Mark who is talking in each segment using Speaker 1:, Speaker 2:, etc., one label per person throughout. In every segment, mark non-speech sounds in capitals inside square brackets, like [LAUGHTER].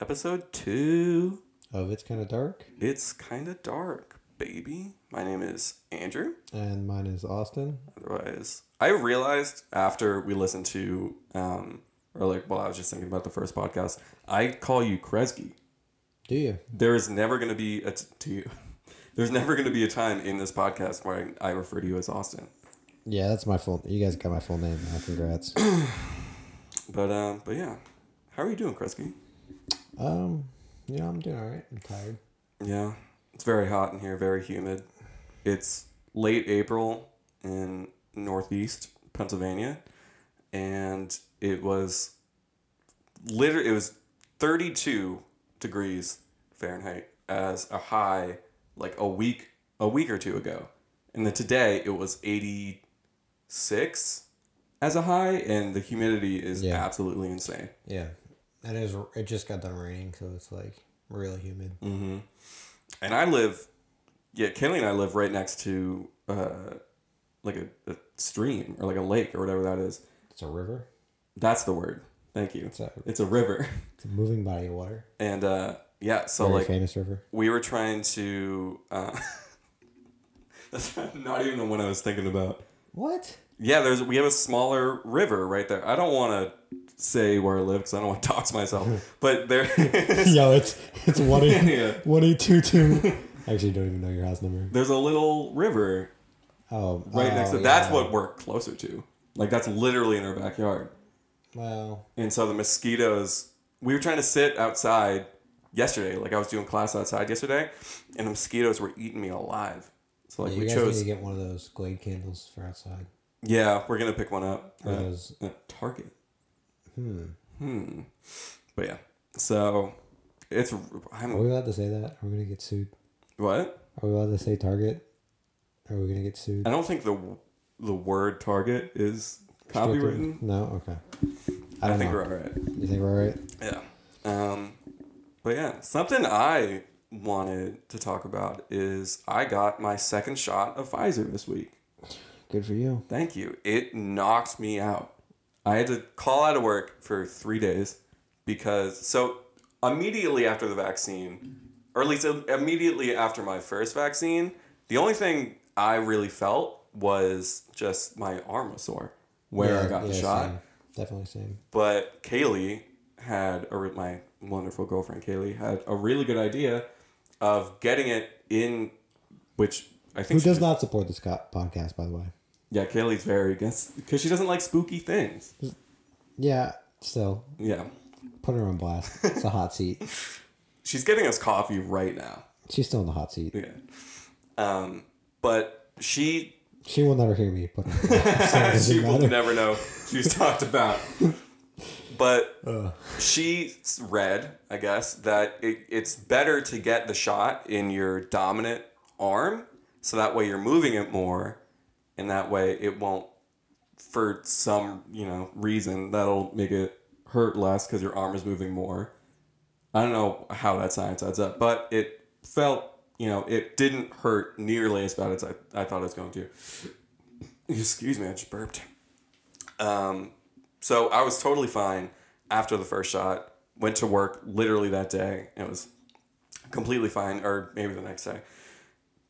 Speaker 1: episode two.
Speaker 2: Of Uh, It's Kinda Dark.
Speaker 1: It's kind of dark, baby. My name is Andrew.
Speaker 2: And mine is Austin.
Speaker 1: Otherwise, I realized after we listened to, um, or like, well, I was just thinking about the first podcast. I call you Kresge.
Speaker 2: Do you?
Speaker 1: There is never going to be a t- to you. [LAUGHS] There's never going to be a time in this podcast where I, I refer to you as Austin.
Speaker 2: Yeah, that's my full you guys got my full name now. Congrats.
Speaker 1: But um, but yeah, how are you doing, Kresge?
Speaker 2: [COUGHS] um, you know, I'm doing alright. I'm tired.
Speaker 1: Yeah, it's very hot in here, very humid. It's late April in Northeast Pennsylvania, and it was literally it was 32 degrees Fahrenheit as a high like a week a week or two ago, and then today it was 86 as a high, and the humidity is
Speaker 2: Yeah.
Speaker 1: absolutely insane.
Speaker 2: Yeah. And it was it just got done raining, so it's like really humid.
Speaker 1: hmm And I live, yeah, Kelly and I live right next to uh, like a, a stream or like a lake or whatever that is.
Speaker 2: It's a river.
Speaker 1: That's the word. Thank you.
Speaker 2: It's a
Speaker 1: It's a river. [LAUGHS]
Speaker 2: it's a moving body of water.
Speaker 1: And uh, yeah, so
Speaker 2: Very
Speaker 1: like
Speaker 2: famous river.
Speaker 1: we were trying to. Uh, [LAUGHS] that's not even the one I was thinking about.
Speaker 2: What?
Speaker 1: Yeah, there's we have a smaller river right there. I don't want to say where I live because I don't want to [LAUGHS] dox
Speaker 2: [LAUGHS]
Speaker 1: myself. But there,
Speaker 2: [LAUGHS] Yo, it's [LAUGHS] it's one eight
Speaker 1: yeah,
Speaker 2: one eight two [LAUGHS] two. I actually don't even know your house number.
Speaker 1: there's a little river
Speaker 2: Oh
Speaker 1: right
Speaker 2: oh,
Speaker 1: next to that's
Speaker 2: yeah.
Speaker 1: what we're closer to like that's literally in our backyard
Speaker 2: Well
Speaker 1: and so the mosquitoes we were trying to sit outside yesterday like i was doing class outside yesterday and the mosquitoes were eating me alive so like
Speaker 2: yeah, you
Speaker 1: we
Speaker 2: guys need
Speaker 1: chose
Speaker 2: to get one of those glade candles for outside.
Speaker 1: yeah we're gonna pick one up
Speaker 2: Or
Speaker 1: uh,
Speaker 2: those
Speaker 1: at target
Speaker 2: hmm.
Speaker 1: hmm but yeah so it's
Speaker 2: Are
Speaker 1: i'm
Speaker 2: we allowed to say that? Are we gonna get sued?
Speaker 1: what
Speaker 2: Are we allowed to say Target? Are we gonna get sued?
Speaker 1: i don't think the the word target is copywritten
Speaker 2: No. Okay. I
Speaker 1: i,
Speaker 2: don't
Speaker 1: think
Speaker 2: know.
Speaker 1: we're all right
Speaker 2: You think we're all right?
Speaker 1: Yeah. Um, but yeah, something I wanted to talk about is I got my second shot of Pfizer this week.
Speaker 2: Good for you.
Speaker 1: Thank you. It knocked me out. I had to call out of work for three days because, so immediately after the vaccine, or at least immediately after my first vaccine, the only thing I really felt was just my arm was sore where I
Speaker 2: Yeah,
Speaker 1: got the
Speaker 2: yeah,
Speaker 1: shot
Speaker 2: same. Definitely same.
Speaker 1: but Kaylee had a, re- my wonderful girlfriend Kaylee had a really good idea of getting it in, which I
Speaker 2: Who
Speaker 1: think she
Speaker 2: does
Speaker 1: did-
Speaker 2: not support this co- podcast, by the way?
Speaker 1: Yeah, Kaylee's very against because she doesn't like spooky things.
Speaker 2: Yeah. Still,
Speaker 1: Yeah,
Speaker 2: put her on blast. It's a hot seat.
Speaker 1: she's getting us coffee right now.
Speaker 2: She's still in the hot seat.
Speaker 1: Yeah, um, but she
Speaker 2: She will never hear me. Put her. On
Speaker 1: [LAUGHS]
Speaker 2: blast. So it doesn't
Speaker 1: she will
Speaker 2: matter.
Speaker 1: never know she's talked about. But
Speaker 2: Ugh.
Speaker 1: she s- read, I guess, that it, it's better to get the shot in your dominant arm, so that way you're moving it more, and that way it won't, for some you know reason, that'll make it hurt less because your arm is moving more. I don't know how that science adds up, but it felt you know it didn't hurt nearly as bad as I, I thought it was going to. [LAUGHS] Excuse me, I just burped. Um, so I was totally fine after the first shot. Went to work literally that day. It was completely fine, or maybe the next day.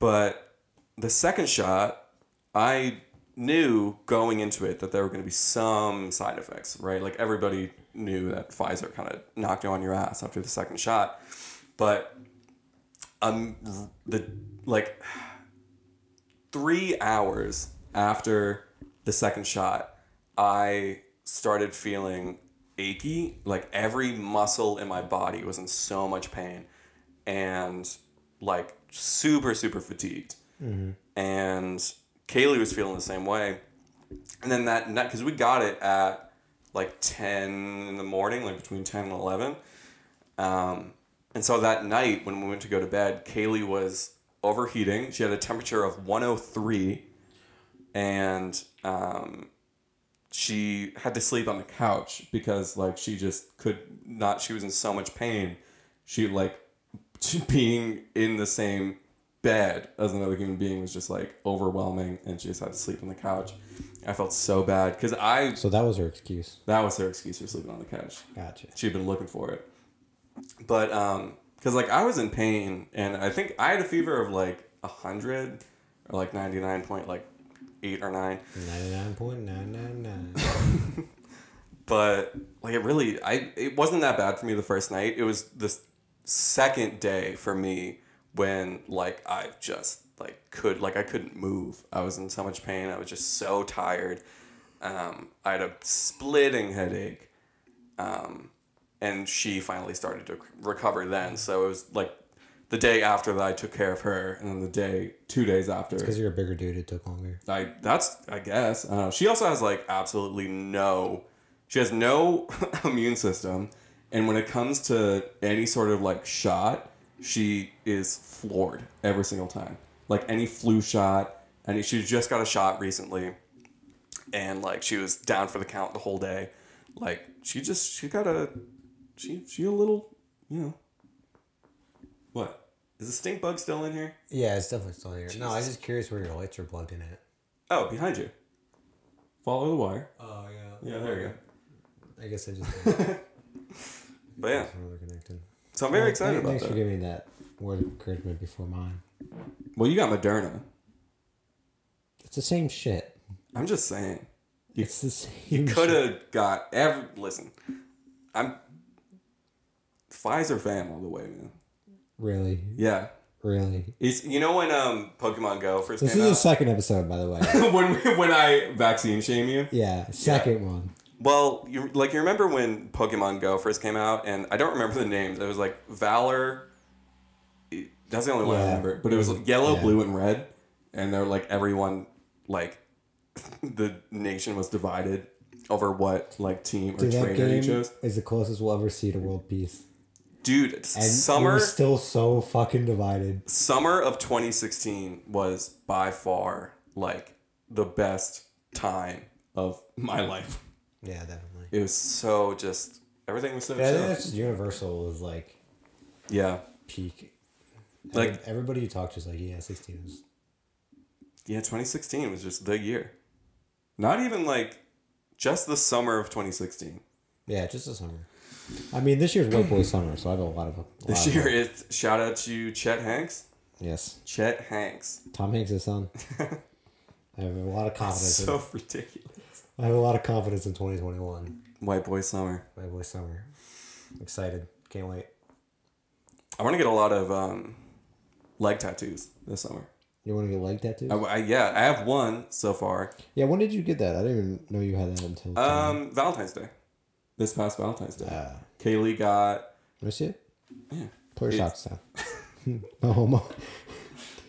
Speaker 1: But the second shot, I knew going into it that there were going to be some side effects, right? Like everybody knew that Pfizer kind of knocked you on your ass after the second shot. But um, the like three hours after the second shot, I started feeling achy. Like every muscle in my body was in so much pain and like super, super fatigued. And Kaylee was feeling the same way. And then that night, because we got it at like 10 in the morning, like between 10 and 11. Um, and so that night when we went to go to bed, Kaylee was overheating. She had a temperature of 103 and um, she had to sleep on the couch because like she just could not she was in so much pain. She like [LAUGHS] being in the same bed as another human being was just like overwhelming and she just had to sleep on the couch. I felt so bad cuz I
Speaker 2: So that was her excuse.
Speaker 1: that was her excuse for sleeping on the couch
Speaker 2: Gotcha.
Speaker 1: she'd been looking for it. But um, because like I was in pain, and I think I had a fever of like hundred or like ninety nine point like eight or nine.
Speaker 2: Ninety nine point nine nine nine.
Speaker 1: but like it really i it wasn't that bad for me the first night it was the s- second day for me when like i just like could like i couldn't move i was in so much pain i was just so tired um, i had a splitting headache um, and she finally started to c- recover then so it was like the day after that i took care of her and then the day two days after
Speaker 2: Because you're a bigger dude, it took longer.
Speaker 1: I that's I guess. Uh, she also has like absolutely no. She has no [LAUGHS] immune system, and when it comes to any sort of like shot, she is floored every single time. Like any flu shot, and she just got a shot recently, and like she was down for the count the whole day. Like she just she got a she she a little you know what is the stink bug still in here?
Speaker 2: Yeah, it's definitely still here. No, I was just curious where your lights are plugged in at.
Speaker 1: Oh, behind you. Follow the wire.
Speaker 2: Oh yeah.
Speaker 1: Yeah, there you go.
Speaker 2: I guess I just
Speaker 1: But [LAUGHS] yeah,
Speaker 2: that's where they're connected.
Speaker 1: so I'm very excited about
Speaker 2: Thanks for
Speaker 1: that.
Speaker 2: giving me that word of encouragement before mine.
Speaker 1: Well, you got Moderna.
Speaker 2: It's the same shit.
Speaker 1: I'm just saying.
Speaker 2: It's the same.
Speaker 1: Could
Speaker 2: shit.
Speaker 1: have got every. Listen, I'm Pfizer fan all the way, man.
Speaker 2: really,
Speaker 1: Yeah,
Speaker 2: really.
Speaker 1: it's you know when um Pokemon Go first
Speaker 2: This
Speaker 1: came
Speaker 2: is the
Speaker 1: out
Speaker 2: second episode, by the
Speaker 1: [LAUGHS]
Speaker 2: way.
Speaker 1: when we, when I vaccine shame you.
Speaker 2: Yeah, second one.
Speaker 1: Well, you like you remember when Pokemon Go first came out, and I don't remember the names. It was like Valor. it- That's the only one I
Speaker 2: Yeah.
Speaker 1: remember. But it was like yellow,
Speaker 2: Yeah.
Speaker 1: blue, and red, and they're like everyone, like [LAUGHS] the nation was divided over what like team or
Speaker 2: Dude, that
Speaker 1: trainer you
Speaker 2: game
Speaker 1: chose.
Speaker 2: is the closest we'll ever see to world peace.
Speaker 1: Dude, s-
Speaker 2: And
Speaker 1: summer
Speaker 2: we're still so fucking divided.
Speaker 1: summer of 2016 was by far like the best time of my [LAUGHS] life.
Speaker 2: Yeah, definitely.
Speaker 1: It was so just everything was so
Speaker 2: Yeah, I think
Speaker 1: chill.
Speaker 2: that's just universal is like
Speaker 1: yeah.
Speaker 2: peak.
Speaker 1: Like-
Speaker 2: Like everybody you talk to is like, yeah, sixteen is
Speaker 1: Yeah, 2016 was just the year. Not even like just the summer of 2016.
Speaker 2: yeah, just the summer. I mean, this year's white boy summer, so I have a lot of a
Speaker 1: This
Speaker 2: lot of-
Speaker 1: year, it's shout out to Chet Hanks.
Speaker 2: yes,
Speaker 1: Chet Hanks.
Speaker 2: Tom Hanks'
Speaker 1: [LAUGHS]
Speaker 2: son. I have a lot of confidence. in-
Speaker 1: So ridiculous.
Speaker 2: I have a lot of confidence in twenty twenty one.
Speaker 1: White boy summer.
Speaker 2: White boy summer. Excited. Can't wait.
Speaker 1: I want to get a lot of um, leg tattoos this summer.
Speaker 2: You want to get like that too?
Speaker 1: I, I- yeah, I have one so far.
Speaker 2: yeah. When did you get that? I didn't even know you had that until.
Speaker 1: Um, Valentine's Day. This past Valentine's Day.
Speaker 2: uh,
Speaker 1: Kaylee got
Speaker 2: Let me see it.
Speaker 1: Yeah.
Speaker 2: Put your
Speaker 1: It-
Speaker 2: socks down. [LAUGHS] no homo.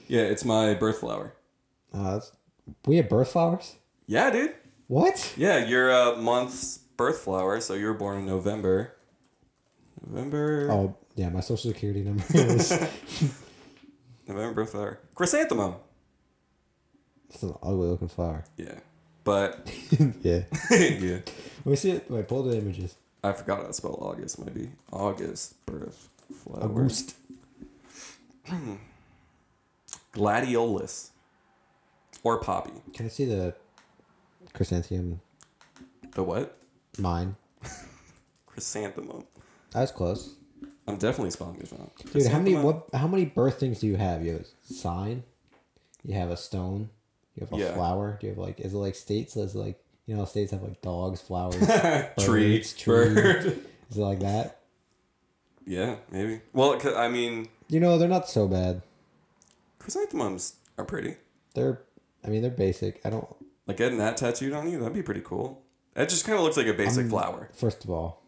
Speaker 1: yeah, it's my birth flower.
Speaker 2: Uh, that's- we have birth flowers?
Speaker 1: Yeah, dude.
Speaker 2: What?
Speaker 1: Yeah, you're a month's birth flower, so you were born in November. November.
Speaker 2: Oh, yeah, my social security number [LAUGHS]
Speaker 1: [LAUGHS]
Speaker 2: is.
Speaker 1: November birth flower. Chrysanthemum.
Speaker 2: It's an ugly looking flower. [LAUGHS]
Speaker 1: Yeah. But [LAUGHS]
Speaker 2: yeah.
Speaker 1: yeah.
Speaker 2: Let me see it. Wait, pull the images.
Speaker 1: I forgot how to spell August maybe. August birth flower.
Speaker 2: August.
Speaker 1: Gladiolus. Or poppy.
Speaker 2: Can I see the chrysanthemum?
Speaker 1: The what?
Speaker 2: Mine.
Speaker 1: Chrysanthemum.
Speaker 2: That was close.
Speaker 1: I'm definitely spelling this wrong.
Speaker 2: Dude, how many
Speaker 1: Chrysanthemum.
Speaker 2: what? How many birth things do you have? You have a sign. You have a stone. You have a
Speaker 1: Yeah.
Speaker 2: flower. Do you have like? Is it like states? Is it like you know how states have like dogs, flowers,
Speaker 1: Tree,
Speaker 2: birds, tree?
Speaker 1: bird.
Speaker 2: Is it like that?
Speaker 1: Yeah, maybe. Well, 'cause- I mean,
Speaker 2: You know, they're not so bad.
Speaker 1: chrysanthemums are pretty.
Speaker 2: They're, I mean, they're basic. I don't.
Speaker 1: Like getting that tattooed on you, that'd be pretty cool. That just kind of looks like a basic flower.
Speaker 2: First of all,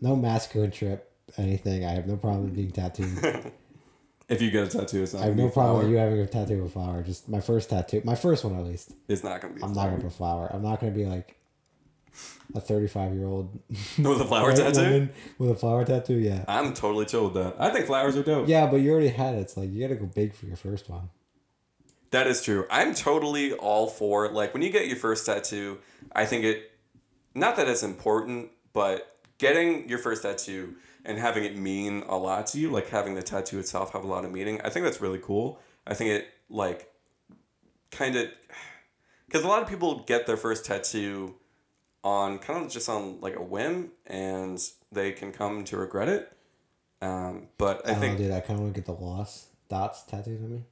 Speaker 2: no masculine trip. Anything. I have no problem being tattooed.
Speaker 1: If you get a tattoo, it's not.
Speaker 2: I have
Speaker 1: gonna
Speaker 2: no
Speaker 1: [LAUGHS] be a
Speaker 2: problem
Speaker 1: flower.
Speaker 2: with you having a tattoo of a flower. Just my first tattoo, my first one at least.
Speaker 1: It's not gonna be. a
Speaker 2: I'm not
Speaker 1: flower. [LAUGHS]
Speaker 2: gonna put a flower. I'm not gonna be like a 35 year old
Speaker 1: with a flower tattoo.
Speaker 2: woman with a flower tattoo. Yeah,
Speaker 1: I'm totally chill with that. I think flowers are dope.
Speaker 2: yeah, but you already had it. It's like you gotta go big for your first one.
Speaker 1: That is true. I'm totally all for like when you get your first tattoo, I think it not that it's important, but getting your first tattoo and having it mean a lot to you, like having the tattoo itself have a lot of meaning. I think that's really cool. I think it like kind of cuz a lot of people get their first tattoo on kind of just on like a whim, and they can come to regret it. Um, but I
Speaker 2: I
Speaker 1: think
Speaker 2: don't know, dude. I kind of want to get the loss dots tattooed on me.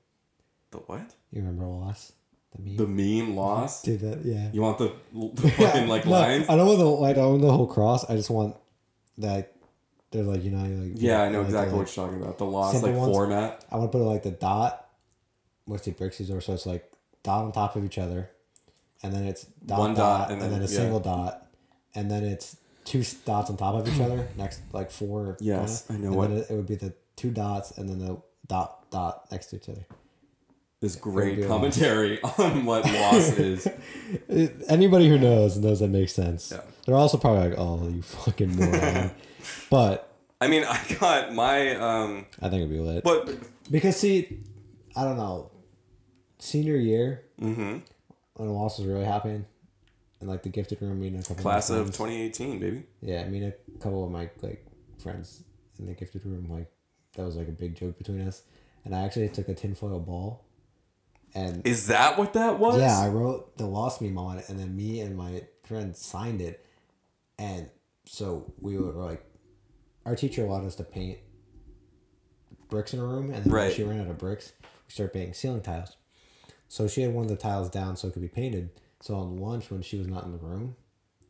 Speaker 1: the what
Speaker 2: You remember loss? The meme.
Speaker 1: the meme lost.
Speaker 2: Dude, that yeah.
Speaker 1: [LAUGHS] You want the, the
Speaker 2: [LAUGHS]
Speaker 1: fucking like
Speaker 2: No, Oh.
Speaker 1: lines?
Speaker 2: I don't want the like, I don't want the whole cross. I just want that. They're like you know like
Speaker 1: Yeah, I know
Speaker 2: like, uh,
Speaker 1: exactly
Speaker 2: the-
Speaker 1: what you're talking about. The lost
Speaker 2: Simple
Speaker 1: like
Speaker 2: ones?
Speaker 1: format.
Speaker 2: I want to put like the dot. What's the Brixie's or so it's like dot on top of each other, and then it's dot
Speaker 1: One
Speaker 2: dot,
Speaker 1: dot,
Speaker 2: and,
Speaker 1: and
Speaker 2: then,
Speaker 1: then-
Speaker 2: a
Speaker 1: yeah.
Speaker 2: single dot, and then it's two s- dots on top of each
Speaker 1: [CLEARS THROAT]
Speaker 2: other next like four.
Speaker 1: Yes, I know
Speaker 2: and
Speaker 1: what-
Speaker 2: Then it, it would be the two dots and then the dot dot next to each other.
Speaker 1: This
Speaker 2: would be
Speaker 1: great
Speaker 2: a
Speaker 1: commentary [LAUGHS] on
Speaker 2: [LAUGHS]
Speaker 1: what loss is.
Speaker 2: It- Uh, Anybody who knows knows that makes sense.
Speaker 1: Yeah.
Speaker 2: They're also probably like, "Oh, you fucking moron,"
Speaker 1: [LAUGHS]
Speaker 2: but
Speaker 1: I mean, I got my um,
Speaker 2: I think it'd be lit.
Speaker 1: but
Speaker 2: Because see, I don't know. Senior year,
Speaker 1: mm-hmm,
Speaker 2: when the loss was really happening, and like the gifted room, me and a couple
Speaker 1: class
Speaker 2: my
Speaker 1: of
Speaker 2: friends-
Speaker 1: 2018, baby.
Speaker 2: yeah, me and a couple of my like friends in the gifted room, like that was like a big joke between us. And I actually took a tinfoil ball, and
Speaker 1: Is that what that was?
Speaker 2: yeah, I wrote the lost meme on it, and then me and my friend signed it, and so we were like, our teacher allowed us to paint bricks in a room, and then when
Speaker 1: Right.
Speaker 2: she ran out of bricks, we started painting ceiling tiles. So she had one of the tiles down so it could be painted. So on lunch when she was not in the room,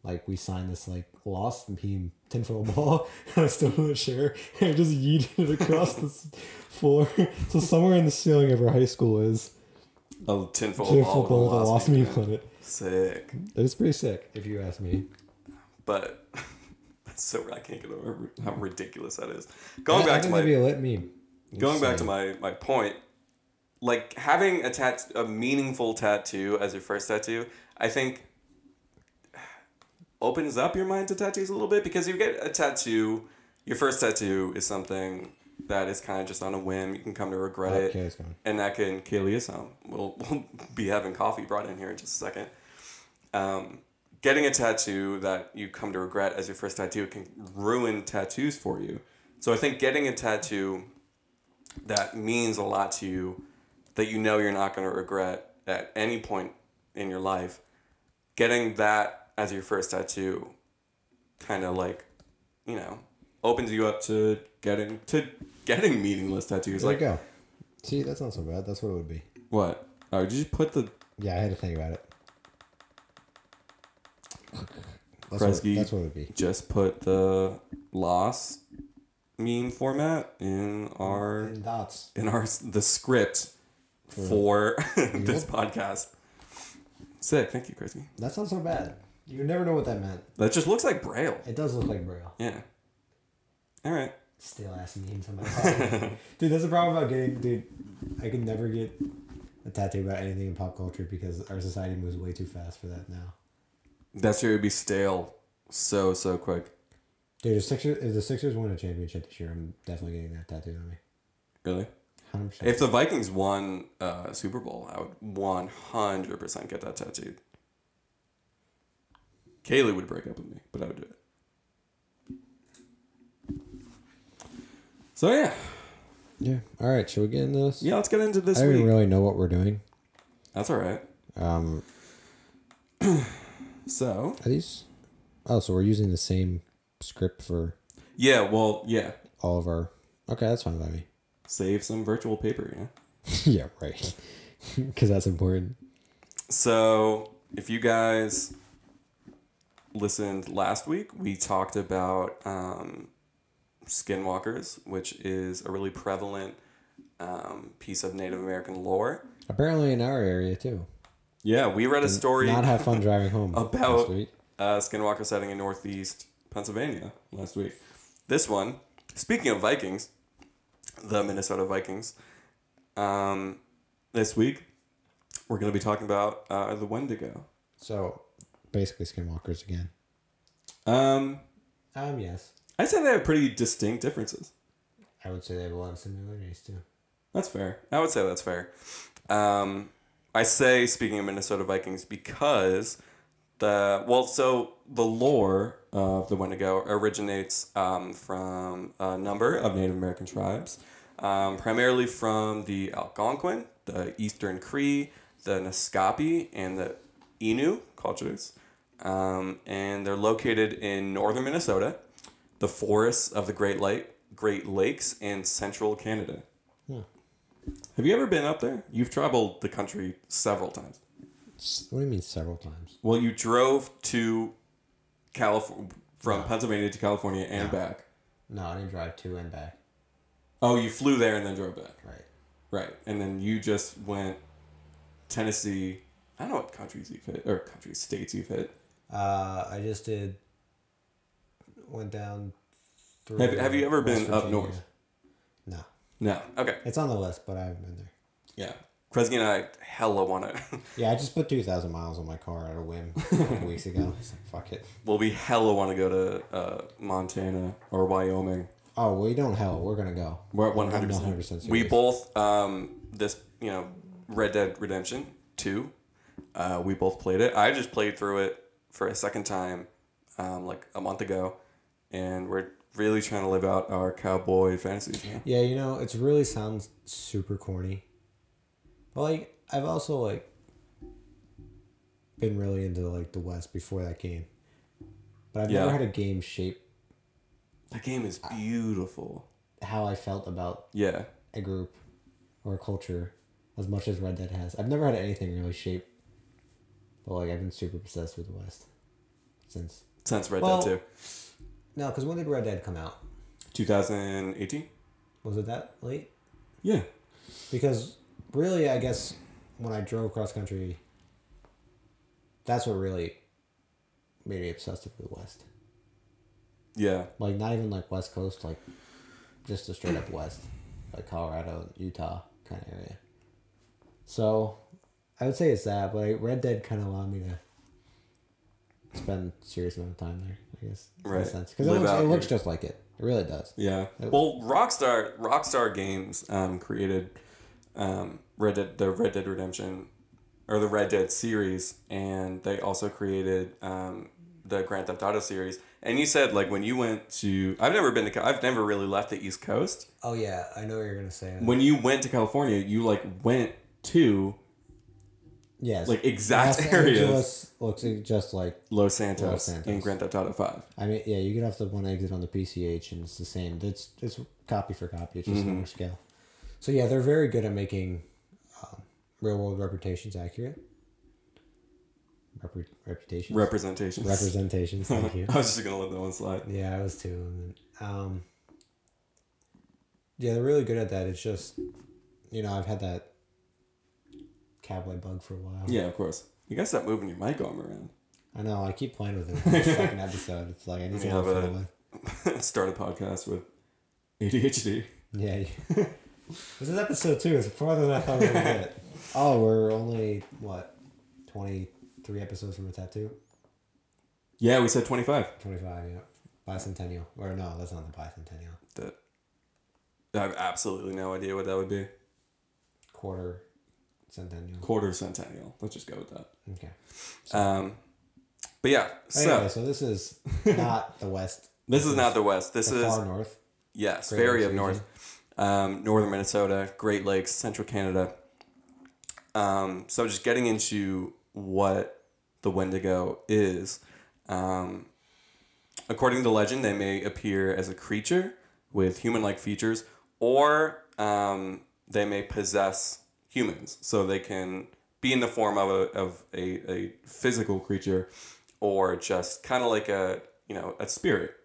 Speaker 2: like we signed this like lost meme tinfoil ball. [LAUGHS] I was still not sure. And [LAUGHS] I just yeeted it across the s- floor. [LAUGHS] so somewhere in the ceiling of our high school is
Speaker 1: a tinfoil
Speaker 2: Jim
Speaker 1: ball with a
Speaker 2: football with a
Speaker 1: Oh, lost
Speaker 2: lost
Speaker 1: name.
Speaker 2: meme on it.
Speaker 1: Sick,
Speaker 2: It's pretty sick, if you ask me.
Speaker 1: but [LAUGHS] that's so I can't get over how ridiculous that is. Going back to my
Speaker 2: maybe a lit meme.
Speaker 1: going back to my my point like having a tat a meaningful tattoo as your first tattoo i think [SIGHS] opens up your mind to tattoos a little bit because you get a tattoo your first tattoo is something that is kind of just on a whim you can come to regret it
Speaker 2: Okay, it's gone.
Speaker 1: and that can kill you some. We'll, [LAUGHS] we'll be having coffee brought in here in just a second. Um, getting a tattoo that you come to regret as your first tattoo can ruin tattoos for you. So I think getting a tattoo that means a lot to you, that you know you're not going to regret at any point in your life, getting that as your first tattoo kind of like, you know, opens you up to getting to getting meaningless tattoos
Speaker 2: There
Speaker 1: like
Speaker 2: you go. See, that's not so bad. That's what it would be.
Speaker 1: what? Oh, did you put the
Speaker 2: Yeah, I had to think about it. That's,
Speaker 1: Kresge
Speaker 2: what, that's what it would be.
Speaker 1: just put the loss meme format in our
Speaker 2: And dots.
Speaker 1: in our the script for [LAUGHS] this podcast? Sick, thank you, Christy.
Speaker 2: That's not so bad. You never know what that meant.
Speaker 1: That just looks like Braille.
Speaker 2: It does look like braille.
Speaker 1: Yeah. All right.
Speaker 2: Still ass memes on my
Speaker 1: [LAUGHS]
Speaker 2: pocket. dude, that's the problem about getting dude. I can never get a tattoo about anything in pop culture because our society moves way too fast for that now.
Speaker 1: That's where it would be stale so so quick.
Speaker 2: Dude, if Sixers if the Sixers win a championship this year, I'm definitely getting that tattooed on me.
Speaker 1: Really?
Speaker 2: Hundred percent.
Speaker 1: If the Vikings won uh, Super Bowl, I would one hundred percent get that tattooed. Kaylee would break up with me, but I would do it. So yeah,
Speaker 2: Yeah. All right. Should we get into this?
Speaker 1: yeah. Let's get into this
Speaker 2: I don't
Speaker 1: week.
Speaker 2: even really know what we're doing.
Speaker 1: That's all right.
Speaker 2: Um,
Speaker 1: So
Speaker 2: are these? Oh, so we're using the same script for
Speaker 1: yeah, well, yeah.
Speaker 2: all of our. Okay, that's fine by me. [LAUGHS]
Speaker 1: Save some virtual paper, yeah.
Speaker 2: yeah, right. [LAUGHS] Because that's important.
Speaker 1: So, if you guys listened last week, we talked about um, skinwalkers, which is a really prevalent um, piece of Native American lore.
Speaker 2: Apparently, in our area too.
Speaker 1: Yeah, we read a story
Speaker 2: Not have fun driving home.
Speaker 1: [LAUGHS] About-
Speaker 2: last week.
Speaker 1: uh, skinwalker sighting in northeast Pennsylvania last week. This one, speaking of Vikings, the Minnesota Vikings, um, this week we're going to be talking about uh, the Wendigo.
Speaker 2: So basically, skinwalkers again.
Speaker 1: Um,
Speaker 2: Um. Yes,
Speaker 1: I'd say they have pretty distinct differences.
Speaker 2: I would say they have a lot of similarities too.
Speaker 1: That's fair. I would say that's fair. Um, I say speaking of Minnesota Vikings because the well, so the lore of the Wendigo originates um, from a number of Native American tribes, um, primarily from the Algonquin, the Eastern Cree, the Naskapi, and the Innu cultures. um, and they're located in northern Minnesota, the forests of the Great Lake, Great Lakes, and central Canada.
Speaker 2: Yeah.
Speaker 1: Have you ever been up there? You've traveled the country several times.
Speaker 2: S- What do you mean several times?
Speaker 1: Well, you drove to California from Pennsylvania to California and back.
Speaker 2: No, I didn't drive to and back.
Speaker 1: Oh, you flew there and then drove back.
Speaker 2: Right.
Speaker 1: Right. And then you just went Tennessee. I don't know what countries you've hit or country states you've hit.
Speaker 2: Uh, I just did. Went down. Through
Speaker 1: Have- have you ever been up north?
Speaker 2: No,
Speaker 1: No. Okay.
Speaker 2: it's on the list, but I haven't been there.
Speaker 1: Yeah. Kresge and I hella want to.
Speaker 2: Yeah, I just put two thousand miles on my car at a whim a
Speaker 1: [LAUGHS]
Speaker 2: couple weeks ago. It's like, fuck it.
Speaker 1: [LAUGHS] well, we hella want to go to uh, Montana or Wyoming.
Speaker 2: Oh, we don't hell. We're gonna go.
Speaker 1: We're at one hundred
Speaker 2: I'm 100%
Speaker 1: percent.
Speaker 2: serious.
Speaker 1: We both um this you know Red Dead Redemption two. Uh, we both played it. I just played through it for a second time, um, like a month ago, and we're really trying to live out our cowboy fantasy.
Speaker 2: Yeah, you know, it's really sounds super corny. But like, I've also like been really into like the West before that game. But I've
Speaker 1: Yeah.
Speaker 2: never had a game shape
Speaker 1: That game is beautiful.
Speaker 2: how I felt about
Speaker 1: Yeah,
Speaker 2: a group or a culture as much as Red Dead has. I've never had anything really shape. But like, I've been super obsessed with the West since.
Speaker 1: since Red
Speaker 2: Well-
Speaker 1: Dead
Speaker 2: No, because when did Red Dead come out?
Speaker 1: two, two thousand eighteen.
Speaker 2: Was it that late?
Speaker 1: Yeah,
Speaker 2: because really i guess when i drove cross country that's what really made me obsessed with the west
Speaker 1: yeah,
Speaker 2: like not even like west coast like just the straight up west like colorado utah kind of area so i would say it's that but like, red dead kind of allowed me to spend a serious amount of time there i guess
Speaker 1: Right.
Speaker 2: because it,
Speaker 1: Live
Speaker 2: looks,
Speaker 1: out
Speaker 2: it looks
Speaker 1: your-
Speaker 2: just like it it really does
Speaker 1: yeah. Well, Rockstar Rockstar Games um, created um, Red Dead, the Red Dead Redemption or the Red Dead series, and they also created um, the Grand Theft Auto series. And you said like when you went to I've never been to Ca- I've never really left the East Coast.
Speaker 2: oh yeah i know what you're gonna say
Speaker 1: When you went to California, you like went to
Speaker 2: yes
Speaker 1: like exact
Speaker 2: Los
Speaker 1: [LAUGHS] areas
Speaker 2: Angeles looks just like
Speaker 1: Los Santos,
Speaker 2: Los Santos.
Speaker 1: in Grand Theft Auto Five.
Speaker 2: I mean, yeah, you get off the one exit on the PCH, and it's the same. It's it's copy for copy. It's just
Speaker 1: Mm-hmm.
Speaker 2: on a scale. So yeah, they're very good at making um, real world reputations accurate. Repre- reputations.
Speaker 1: Representations.
Speaker 2: representations. Thank you.
Speaker 1: [LAUGHS] I was just gonna let that one slide.
Speaker 2: Yeah, I was too. And then, um, yeah, they're really good at that. It's just, you know, I've had that cowboy bug for a while.
Speaker 1: Yeah, of course. You gotta stop moving your mic arm around.
Speaker 2: I know. I keep playing with it. in This fucking episode. It's like I need to
Speaker 1: have
Speaker 2: have
Speaker 1: a-
Speaker 2: fun with.
Speaker 1: [LAUGHS] Start a podcast with ADHD.
Speaker 2: Yeah. [LAUGHS] you- this is episode two. It's farther than I thought we were going to get. [LAUGHS] Oh, we're only, what, 23 episodes from a tattoo?
Speaker 1: Yeah, we said twenty five.
Speaker 2: 25, yeah. Bicentennial. Or no, that's not the bicentennial.
Speaker 1: That I have absolutely no idea what that would be.
Speaker 2: Quarter centennial.
Speaker 1: Quarter centennial. Let's just go with that.
Speaker 2: Okay.
Speaker 1: Um, but yeah, so
Speaker 2: Anyway, so, this [LAUGHS] is not the west,
Speaker 1: this is not the West. This
Speaker 2: the
Speaker 1: is
Speaker 2: far north.
Speaker 1: yes,
Speaker 2: Great
Speaker 1: very
Speaker 2: Lakes
Speaker 1: up north, um, northern Minnesota, Great Lakes, central Canada. Um, so just getting into what the Wendigo is. Um, according to legend, they may appear as a creature with human-like features, or um, they may possess humans, so they can be in the form of a of a, a physical creature, or just kind of like a you know a spirit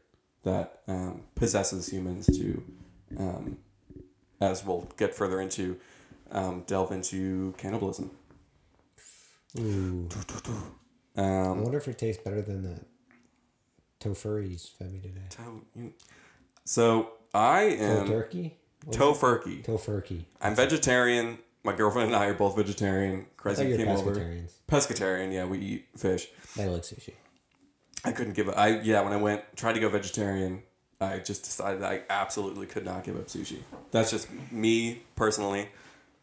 Speaker 1: that um, possesses humans to, um, as we'll get further into, um, delve into cannibalism.
Speaker 2: Ooh. I
Speaker 1: Um,
Speaker 2: wonder if it tastes better than that tofu you fed me today. Oh,
Speaker 1: so you- so I am
Speaker 2: Turkey?
Speaker 1: tofurkey.
Speaker 2: Tofurkey.
Speaker 1: I'm vegetarian. My girlfriend and I are both vegetarian.
Speaker 2: I thought
Speaker 1: Crazy
Speaker 2: you were
Speaker 1: came over.
Speaker 2: pescatarians.
Speaker 1: Pescatarian, yeah, we eat fish.
Speaker 2: They like sushi.
Speaker 1: I couldn't give up. I yeah, when I went tried to go vegetarian, I just decided I absolutely could not give up sushi. That's just me personally,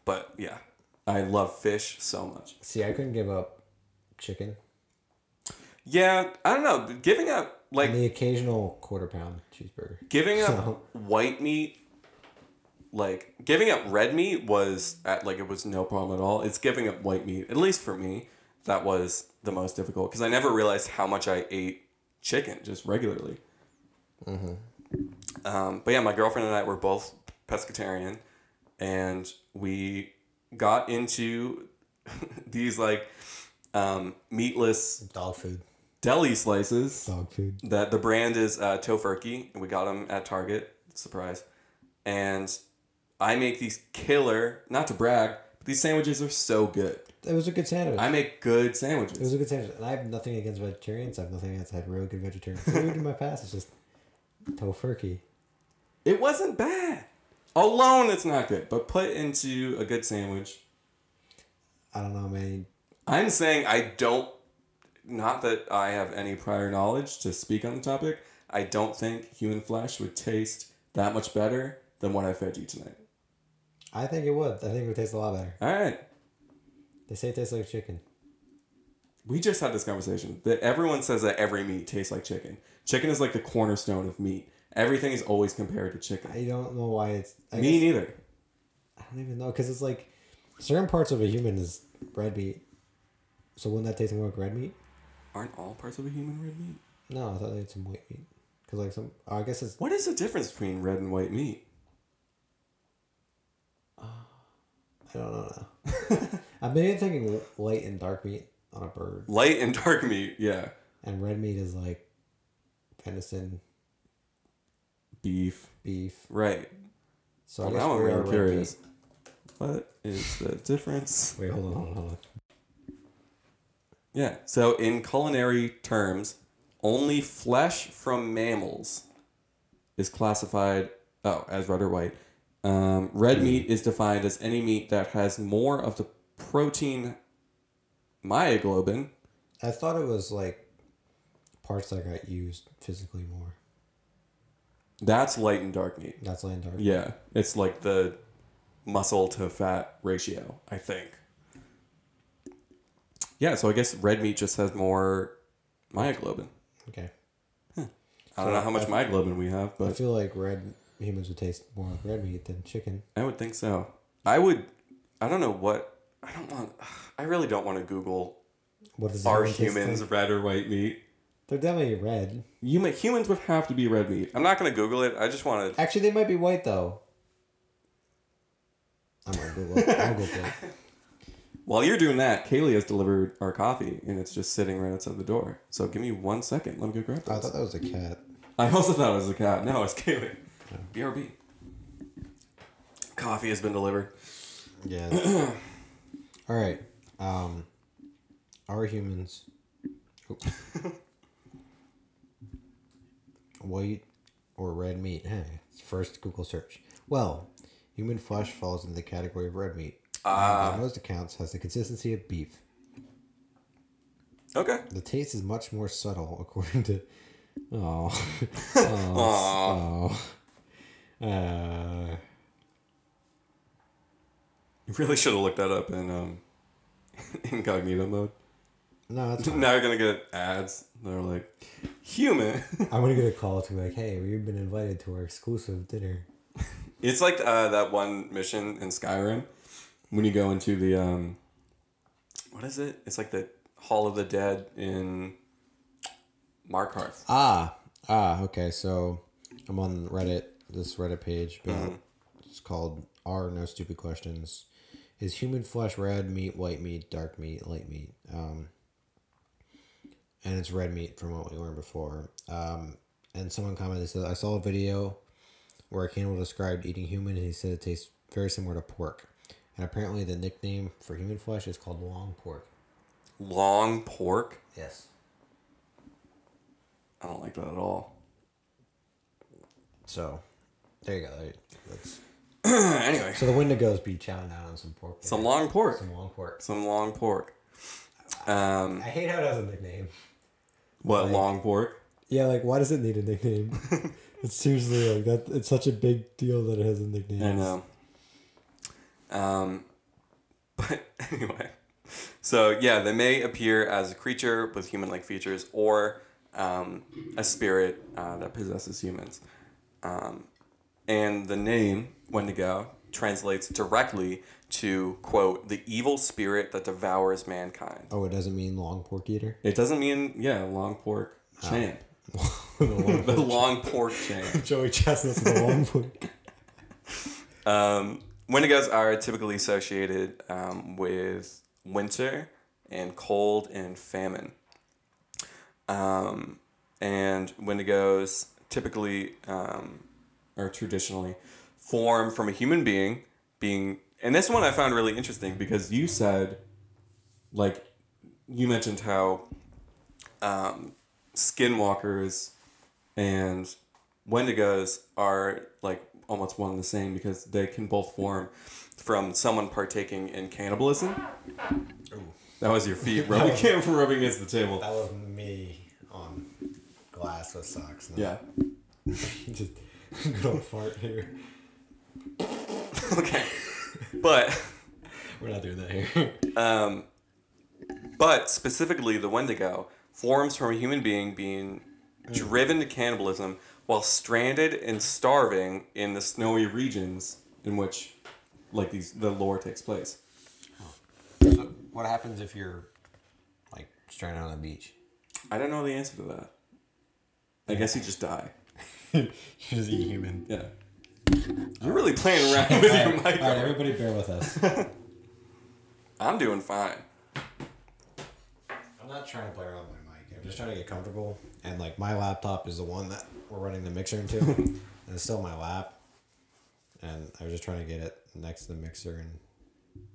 Speaker 1: but yeah, I love fish so much.
Speaker 2: See, I couldn't give up chicken.
Speaker 1: Yeah, I don't know. Giving up like
Speaker 2: And the occasional quarter pound cheeseburger.
Speaker 1: giving up
Speaker 2: So-
Speaker 1: white meat like giving up red meat was at like it was no problem at all it's giving up white meat at least for me that was the most difficult because I never realized how much I ate chicken just regularly. Um, but yeah, my girlfriend and I were both pescatarian, and we got into [LAUGHS] these like um, meatless
Speaker 2: Dog food.
Speaker 1: deli slices.
Speaker 2: Dog food.
Speaker 1: That the brand is uh, Tofurky, and we got them at Target. Surprise! And I make these killer. Not to brag, but these sandwiches are so good.
Speaker 2: It was a good sandwich.
Speaker 1: I make good
Speaker 2: it
Speaker 1: sandwiches.
Speaker 2: was a good sandwich. And I have nothing against vegetarians. I have nothing against. I had really good vegetarian food in my past. It's just tofurkey.
Speaker 1: It wasn't bad. Alone, it's not good, but put into a good sandwich.
Speaker 2: I don't know, man.
Speaker 1: I'm saying I don't. Not that I have any prior knowledge to speak on the topic. I don't think human flesh would taste that much better than what I fed you tonight.
Speaker 2: I think it would. I think it would taste a lot better.
Speaker 1: All right.
Speaker 2: They say it tastes like chicken.
Speaker 1: We just had this conversation that everyone says that every meat tastes like chicken. Chicken is like the cornerstone of meat. Everything is always compared to chicken.
Speaker 2: I don't know why it's. I
Speaker 1: Me
Speaker 2: guess-
Speaker 1: neither.
Speaker 2: I don't even know because it's like certain parts of a human is red meat. So wouldn't that taste more like red meat?
Speaker 1: Aren't all parts of a human red meat?
Speaker 2: No, I thought they had some white meat. Cause like some, oh, I guess it's
Speaker 1: What is the difference between red and white meat?
Speaker 2: I don't know. [LAUGHS] Now. I'm maybe thinking light and dark meat on a bird,
Speaker 1: Light and [LAUGHS] dark meat, yeah.
Speaker 2: and red meat is like venison,
Speaker 1: Beef.
Speaker 2: beef.
Speaker 1: Right.
Speaker 2: So
Speaker 1: Well,
Speaker 2: I guess
Speaker 1: now
Speaker 2: we
Speaker 1: I'm
Speaker 2: are
Speaker 1: really
Speaker 2: red
Speaker 1: curious.
Speaker 2: meat.
Speaker 1: What is the difference?
Speaker 2: Wait, hold on, hold on, hold on.
Speaker 1: Yeah. So in culinary terms, only flesh from mammals is classified oh as red or white. Um, red meat is defined as any meat that has more of the protein myoglobin.
Speaker 2: I thought it was like parts that got used physically more.
Speaker 1: That's light and dark meat.
Speaker 2: That's light and dark.
Speaker 1: Yeah, it's like the muscle to fat ratio, I think. Yeah, so I guess red meat just has more myoglobin.
Speaker 2: Okay.
Speaker 1: I don't know how much myoglobin we have,
Speaker 2: I
Speaker 1: but
Speaker 2: feel like red humans would taste more like red meat than chicken.
Speaker 1: I would think so. I would. I don't know what. I don't want. I really don't want to Google
Speaker 2: What does
Speaker 1: are
Speaker 2: human taste
Speaker 1: humans
Speaker 2: like?
Speaker 1: red or white meat.
Speaker 2: They're definitely red.
Speaker 1: You ma- humans would have to be red meat. I'm not gonna Google it. I just want to.
Speaker 2: Actually, they might be white though. I'm gonna Google. it. I'll Google. it.
Speaker 1: While you're doing that, Kaylee has delivered our coffee, and it's just sitting right outside the door. So give me one second. Let me go grab
Speaker 2: [LAUGHS] I
Speaker 1: that.
Speaker 2: thought that was a cat.
Speaker 1: I also thought it was a cat. No, it's Kaylee. BRB. Coffee has been delivered.
Speaker 2: Yeah. [CLEARS THROAT] All right. Um, are [LAUGHS] humans Oop. white or red meat? Huh. First Google search. Well, human flesh falls into the category of red meat.
Speaker 1: Uh,
Speaker 2: Ah. By most accounts, has the consistency of beef.
Speaker 1: Okay.
Speaker 2: The taste is much more subtle, [LAUGHS] according to. Oh. [LAUGHS] oh. Uh,
Speaker 1: You really should have looked that up in um, [LAUGHS] incognito mode.
Speaker 2: no, that's
Speaker 1: Now you're gonna get ads. They're like, human. [LAUGHS]
Speaker 2: I'm gonna get a call to be like, hey, we've been invited to our exclusive dinner.
Speaker 1: it's like uh, that one mission in Skyrim when you go into the um, what is it? It's like the Hall of the Dead in Markarth.
Speaker 2: Ah, ah, okay. So I'm on Reddit, this Reddit page. But It's called "Are No Stupid Questions." Is human flesh red meat, white meat, dark meat, light meat? Um, and it's red meat from what we learned before. Um, and someone commented said, "I saw a video where a cannibal described eating human, and he said it tastes very similar to pork." And apparently, the nickname for human flesh is called long pork.
Speaker 1: Long pork.
Speaker 2: Yes.
Speaker 1: I don't like that at all. [CLEARS THROAT]
Speaker 2: So, there you go. That's
Speaker 1: anyway,
Speaker 2: So the Wendigos be chowing down on some pork.
Speaker 1: some long pork.
Speaker 2: some long pork.
Speaker 1: some long pork. Um,
Speaker 2: I hate how it has a nickname.
Speaker 1: what long pork?
Speaker 2: Yeah, like why does it need a
Speaker 1: [LAUGHS]
Speaker 2: nickname? it's seriously like that. It's such a big deal that it has a nickname.
Speaker 1: I know. Um, [LAUGHS] but anyway, so yeah, they may appear as a creature with human-like features or um, a spirit uh, that possesses humans. Um, and the name Wendigo translates directly to quote the evil spirit that devours mankind.
Speaker 2: Oh, it doesn't mean long pork eater. [LAUGHS]
Speaker 1: It doesn't mean yeah, long pork champ.
Speaker 2: the long,
Speaker 1: [LAUGHS] The long pork champ.
Speaker 2: Joey Chestnut's the
Speaker 1: [LAUGHS]
Speaker 2: long pork.
Speaker 1: Um, Wendigos are typically associated um, with winter and cold and famine. Um, and Wendigos typically um, or traditionally form from a human being being. And this one I found really interesting because you said, like, you mentioned how um, skinwalkers and Wendigos are like almost one and the same because they can both form from someone partaking in cannibalism. That was your feet rubbing, [LAUGHS] came from rubbing against the table.
Speaker 2: That was me on glass with socks. and
Speaker 1: Yeah.
Speaker 2: [LAUGHS] Just [LAUGHS] good old fart here.
Speaker 1: Okay. [LAUGHS] But
Speaker 2: We're not doing that here. [LAUGHS]
Speaker 1: um, but specifically the Wendigo forms from a human being being
Speaker 2: Mm.
Speaker 1: driven to cannibalism while stranded and starving in the snowy regions in which like these the lore takes place.
Speaker 2: what happens if you're like stranded on a beach? [LAUGHS]
Speaker 1: I don't know the answer to that. I guess you just die.
Speaker 2: you just eat human.
Speaker 1: Yeah. You're really playing around with your mic.
Speaker 2: All right, everybody, bear with us.
Speaker 1: I'm doing fine.
Speaker 2: I'm not trying to play around with my mic. I'm just trying to get comfortable. And like my laptop is the one that we're running the mixer
Speaker 1: [LAUGHS]
Speaker 2: into, and it's still my lap. And I was just trying to get it next to the mixer and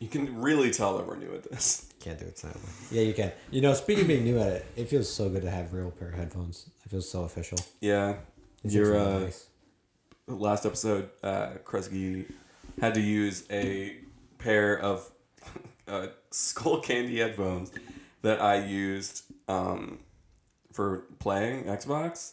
Speaker 1: You can really tell that we're new at this.
Speaker 2: can't do it silently. Yeah, you can. You know, speaking of being new at it, it feels so good to have real pair of headphones. It feels so official.
Speaker 1: Yeah.
Speaker 2: It's
Speaker 1: Your
Speaker 2: actually
Speaker 1: uh,
Speaker 2: nice.
Speaker 1: last episode, uh, Kresge had to use a pair of [LAUGHS] uh, skull candy headphones that I used um, for playing Xbox,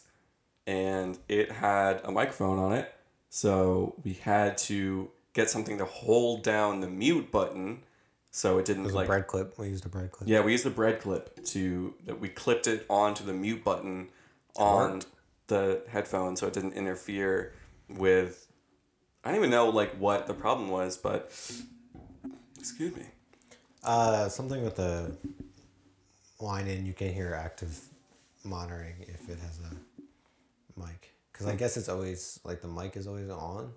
Speaker 1: and it had a microphone on it. So we had to get something to hold down the mute button so it didn't
Speaker 2: It was
Speaker 1: like
Speaker 2: a bread clip. We used a bread clip.
Speaker 1: Yeah, we used the bread clip to that we clipped it onto the mute button on the headphone so it didn't interfere with I don't even know like what the problem was, but excuse me.
Speaker 2: Uh, something with the line in, you can hear active monitoring if it has a mic. Because
Speaker 1: Hmm.
Speaker 2: I guess it's always, like, the mic is always on.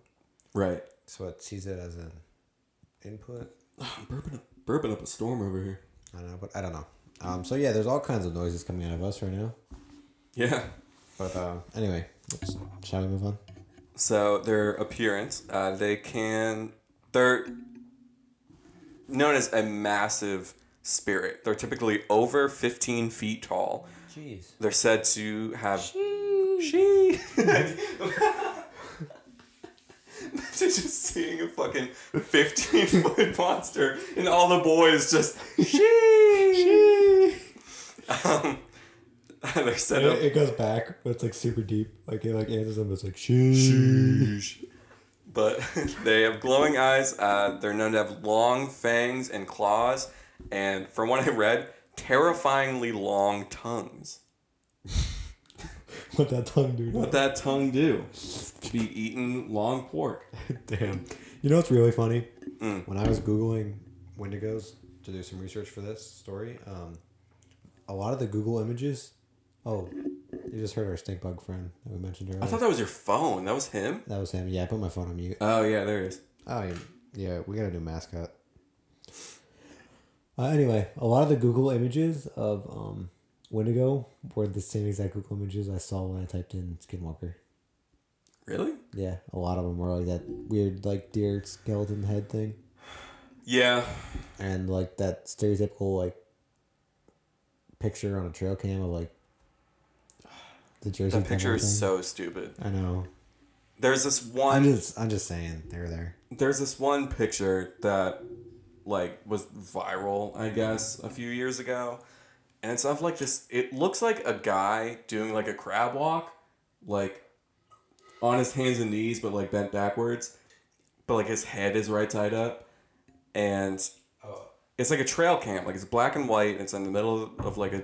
Speaker 1: Right.
Speaker 2: So it sees it as an input.
Speaker 1: [SIGHS] I'm burping up burping up a storm over here.
Speaker 2: I don't know, but I don't know. Um, so yeah, there's all kinds of noises coming out of us right now.
Speaker 1: Yeah.
Speaker 2: But um, anyway, let's- shall we move on?
Speaker 1: So their appearance, uh, they can they're known as a massive spirit. They're typically over fifteen feet tall.
Speaker 2: Jeez.
Speaker 1: They're said to have. She. Imagine [LAUGHS] just seeing a fucking 15 foot [LAUGHS] monster and all the boys just. She. [LAUGHS] Um, [LAUGHS] they're said
Speaker 2: It,
Speaker 1: to.
Speaker 2: it goes back, but it's like super deep. Like it like answers them. It's like [LAUGHS] shoo.
Speaker 1: But [LAUGHS] they have glowing eyes. Uh, they're known to have long fangs and claws. And from what I read, terrifyingly long tongues.
Speaker 2: What that tongue do?
Speaker 1: What that tongue do? Be eating long pork.
Speaker 2: [LAUGHS] Damn. You know what's really funny? When I was Googling Wendigos to do some research for this story, um, a lot of the Google images. Oh, you just heard our stink bug friend that we mentioned earlier.
Speaker 1: I thought that was your phone. That was him.
Speaker 2: that was him. Yeah, I put my phone on mute.
Speaker 1: Oh yeah, there he is.
Speaker 2: Oh, yeah. yeah we got a new mascot. Uh, anyway, a lot of the Google images of um, Wendigo were the same exact Google images I saw when I typed in Skinwalker.
Speaker 1: Really?
Speaker 2: Yeah, a lot of them were like that weird, like deer skeleton head thing,
Speaker 1: Yeah.
Speaker 2: and like that stereotypical like picture on a trail cam of like the Jersey.
Speaker 1: That picture
Speaker 2: Devil thing.
Speaker 1: is so stupid.
Speaker 2: I know.
Speaker 1: There's this
Speaker 2: I'm
Speaker 1: one
Speaker 2: just, I'm just saying, they're there.
Speaker 1: there's this one picture that like was viral, I guess, a few years ago. And it's of like this it looks like a guy doing like a crab walk, like on his hands and knees but like bent backwards. But like his head is right side up. And
Speaker 2: Oh
Speaker 1: it's like a trail cam, like it's black and white, and it's in the middle of like a,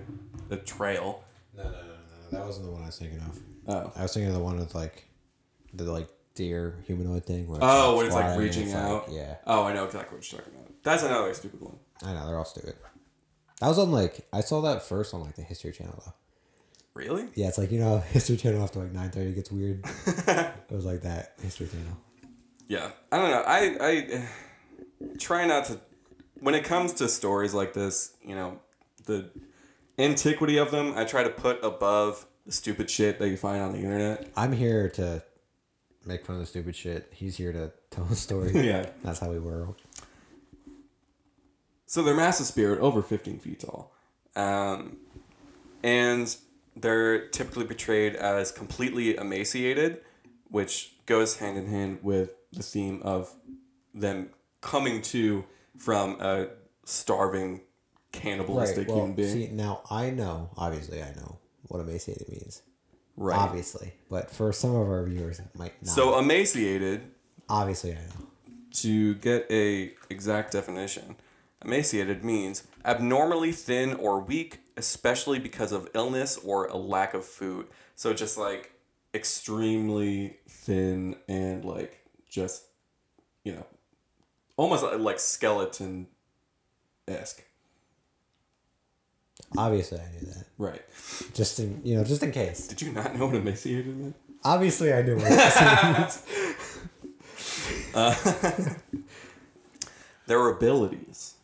Speaker 1: a trail.
Speaker 2: no, no, no, no, that wasn't the one I was thinking of.
Speaker 1: Oh.
Speaker 2: I was thinking of the one with like the like deer humanoid thing. Where
Speaker 1: Oh, where it's, like,
Speaker 2: flying,
Speaker 1: reaching out.
Speaker 2: yeah,
Speaker 1: Oh, I know exactly what you're talking about. That's another like, stupid one.
Speaker 2: I know they're all stupid. That was on like I saw that first on like the History Channel though.
Speaker 1: [LAUGHS] Really?
Speaker 2: Yeah, it's like you know [LAUGHS] History Channel after like nine thirty gets weird. it was like that History Channel.
Speaker 1: Yeah. I don't know. I I try not to when it comes to stories like this, you know, the antiquity of them, I try to put above the stupid shit that you find on the
Speaker 2: [LAUGHS]
Speaker 1: internet.
Speaker 2: I'm here to make fun of the stupid shit. He's here to [LAUGHS] tell a story.
Speaker 1: Yeah.
Speaker 2: that's how we were.
Speaker 1: So they're massive spirit, over 15 feet tall. Um, and they're typically portrayed as completely emaciated, which goes hand in hand with the theme of them coming to from a starving, cannibalistic human being.
Speaker 2: see, now I know, obviously, I know what emaciated means.
Speaker 1: right.
Speaker 2: Obviously, but for some of our viewers, it might not.
Speaker 1: So emaciated,
Speaker 2: obviously, I know.
Speaker 1: to get a exact definition, emaciated means abnormally thin or weak, especially because of illness or a lack of food. So just like extremely thin and like just you know almost uh, like skeleton esque.
Speaker 2: Obviously, I knew that.
Speaker 1: Right.
Speaker 2: Just in you know, just in case.
Speaker 1: [LAUGHS] Did you not know what emaciated meant?
Speaker 2: Obviously, I knew what emaciated means.
Speaker 1: Their abilities.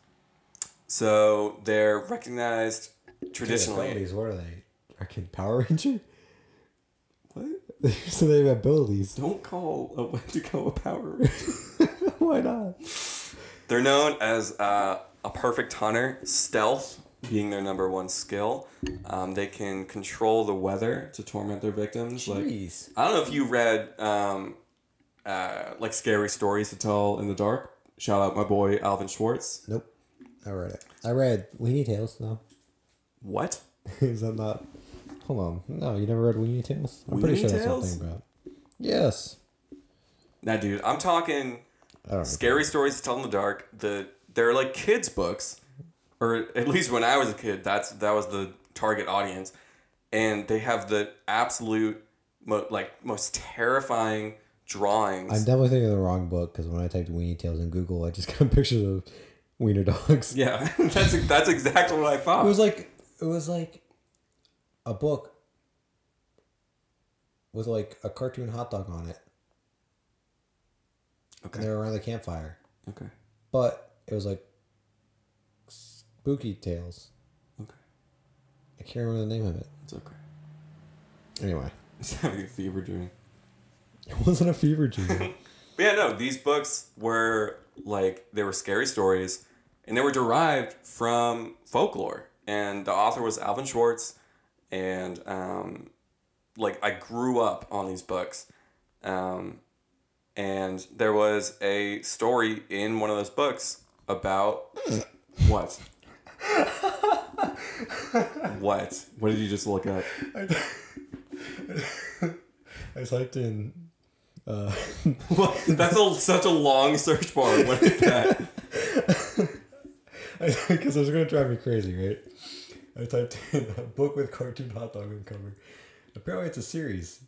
Speaker 1: So they're recognized traditionally.
Speaker 2: abilities. What are they? Fucking Power Ranger.
Speaker 1: What?
Speaker 2: [LAUGHS] so they have abilities. [LAUGHS]
Speaker 1: Don't call a [LAUGHS] Wendigo a Power Ranger.
Speaker 2: Why not?
Speaker 1: They're known as uh, a perfect hunter, stealth being their number one skill. Um, they can control the weather to torment their victims. Like
Speaker 2: Jeez.
Speaker 1: I don't know if you read um, uh, like scary stories to tell in the dark. Shout out my boy Alvin Schwartz.
Speaker 2: Nope. I read it. I read Weenie Tales though. [LAUGHS]
Speaker 1: What?
Speaker 2: Is that not? Hold on. No, you never read Weenie Tales. I'm
Speaker 1: Weenie
Speaker 2: pretty sure
Speaker 1: Tales?
Speaker 2: that's something about. Yes.
Speaker 1: Nah, dude, I'm talking
Speaker 2: I don't know.
Speaker 1: scary stories to tell in the dark. The they're like kids books, or at least when I was a kid, that's that was the target audience, and they have the absolute mo- like most terrifying drawings.
Speaker 2: I'm definitely thinking of the wrong book because when I typed Weenie Tales in Google, I just [LAUGHS] got pictures of wiener dogs.
Speaker 1: [LAUGHS] yeah, that's that's exactly what I
Speaker 2: It was
Speaker 1: thought.
Speaker 2: like it was like a book with like a cartoon hot dog on it, and they
Speaker 1: Okay.
Speaker 2: were around the campfire.
Speaker 1: Okay.
Speaker 2: But it was like spooky tales.
Speaker 1: Okay.
Speaker 2: I can't remember the name of it.
Speaker 1: It's okay. [LAUGHS]
Speaker 2: Anyway, [LAUGHS]
Speaker 1: Just having a fever dream.
Speaker 2: it wasn't a fever
Speaker 1: [LAUGHS]
Speaker 2: dream.
Speaker 1: But yeah, no, these books were like they were scary stories, and they were derived from folklore. And the author was Alvin Schwartz, and um, like I grew up on these books, um, and there was a story in one of those books [LAUGHS] about what. what? What did you just look up?
Speaker 2: I typed in. Uh, [LAUGHS]
Speaker 1: What? [LAUGHS] That's a, such a long search bar. What is [LAUGHS] that?
Speaker 2: because it was gonna drive me crazy, right? I typed in a book with cartoon hot dog on cover. Apparently, it's a series.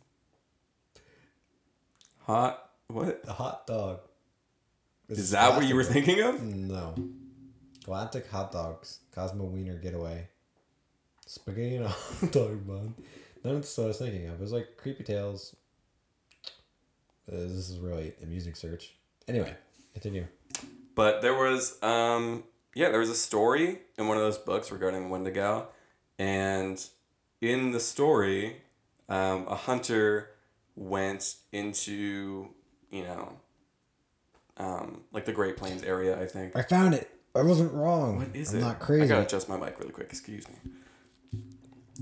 Speaker 1: Hot. What?
Speaker 2: The hot dog.
Speaker 1: Is that what you were thinking of?
Speaker 2: No. Galactic hot dogs. Cosmo Wiener getaway. Spaghetti and a [LAUGHS] hot dog bun. None of this what I was thinking of. It was like creepy tales. Uh, this is really a music search. Anyway, continue.
Speaker 1: But there was, um, yeah, there was a story in one of those books regarding Wendigo, and in the story, um, a hunter went into, you know, um, like the Great Plains area, I think.
Speaker 2: I found it. I wasn't wrong.
Speaker 1: What is
Speaker 2: I'm
Speaker 1: it?
Speaker 2: not crazy.
Speaker 1: I gotta adjust my mic really quick. Excuse me.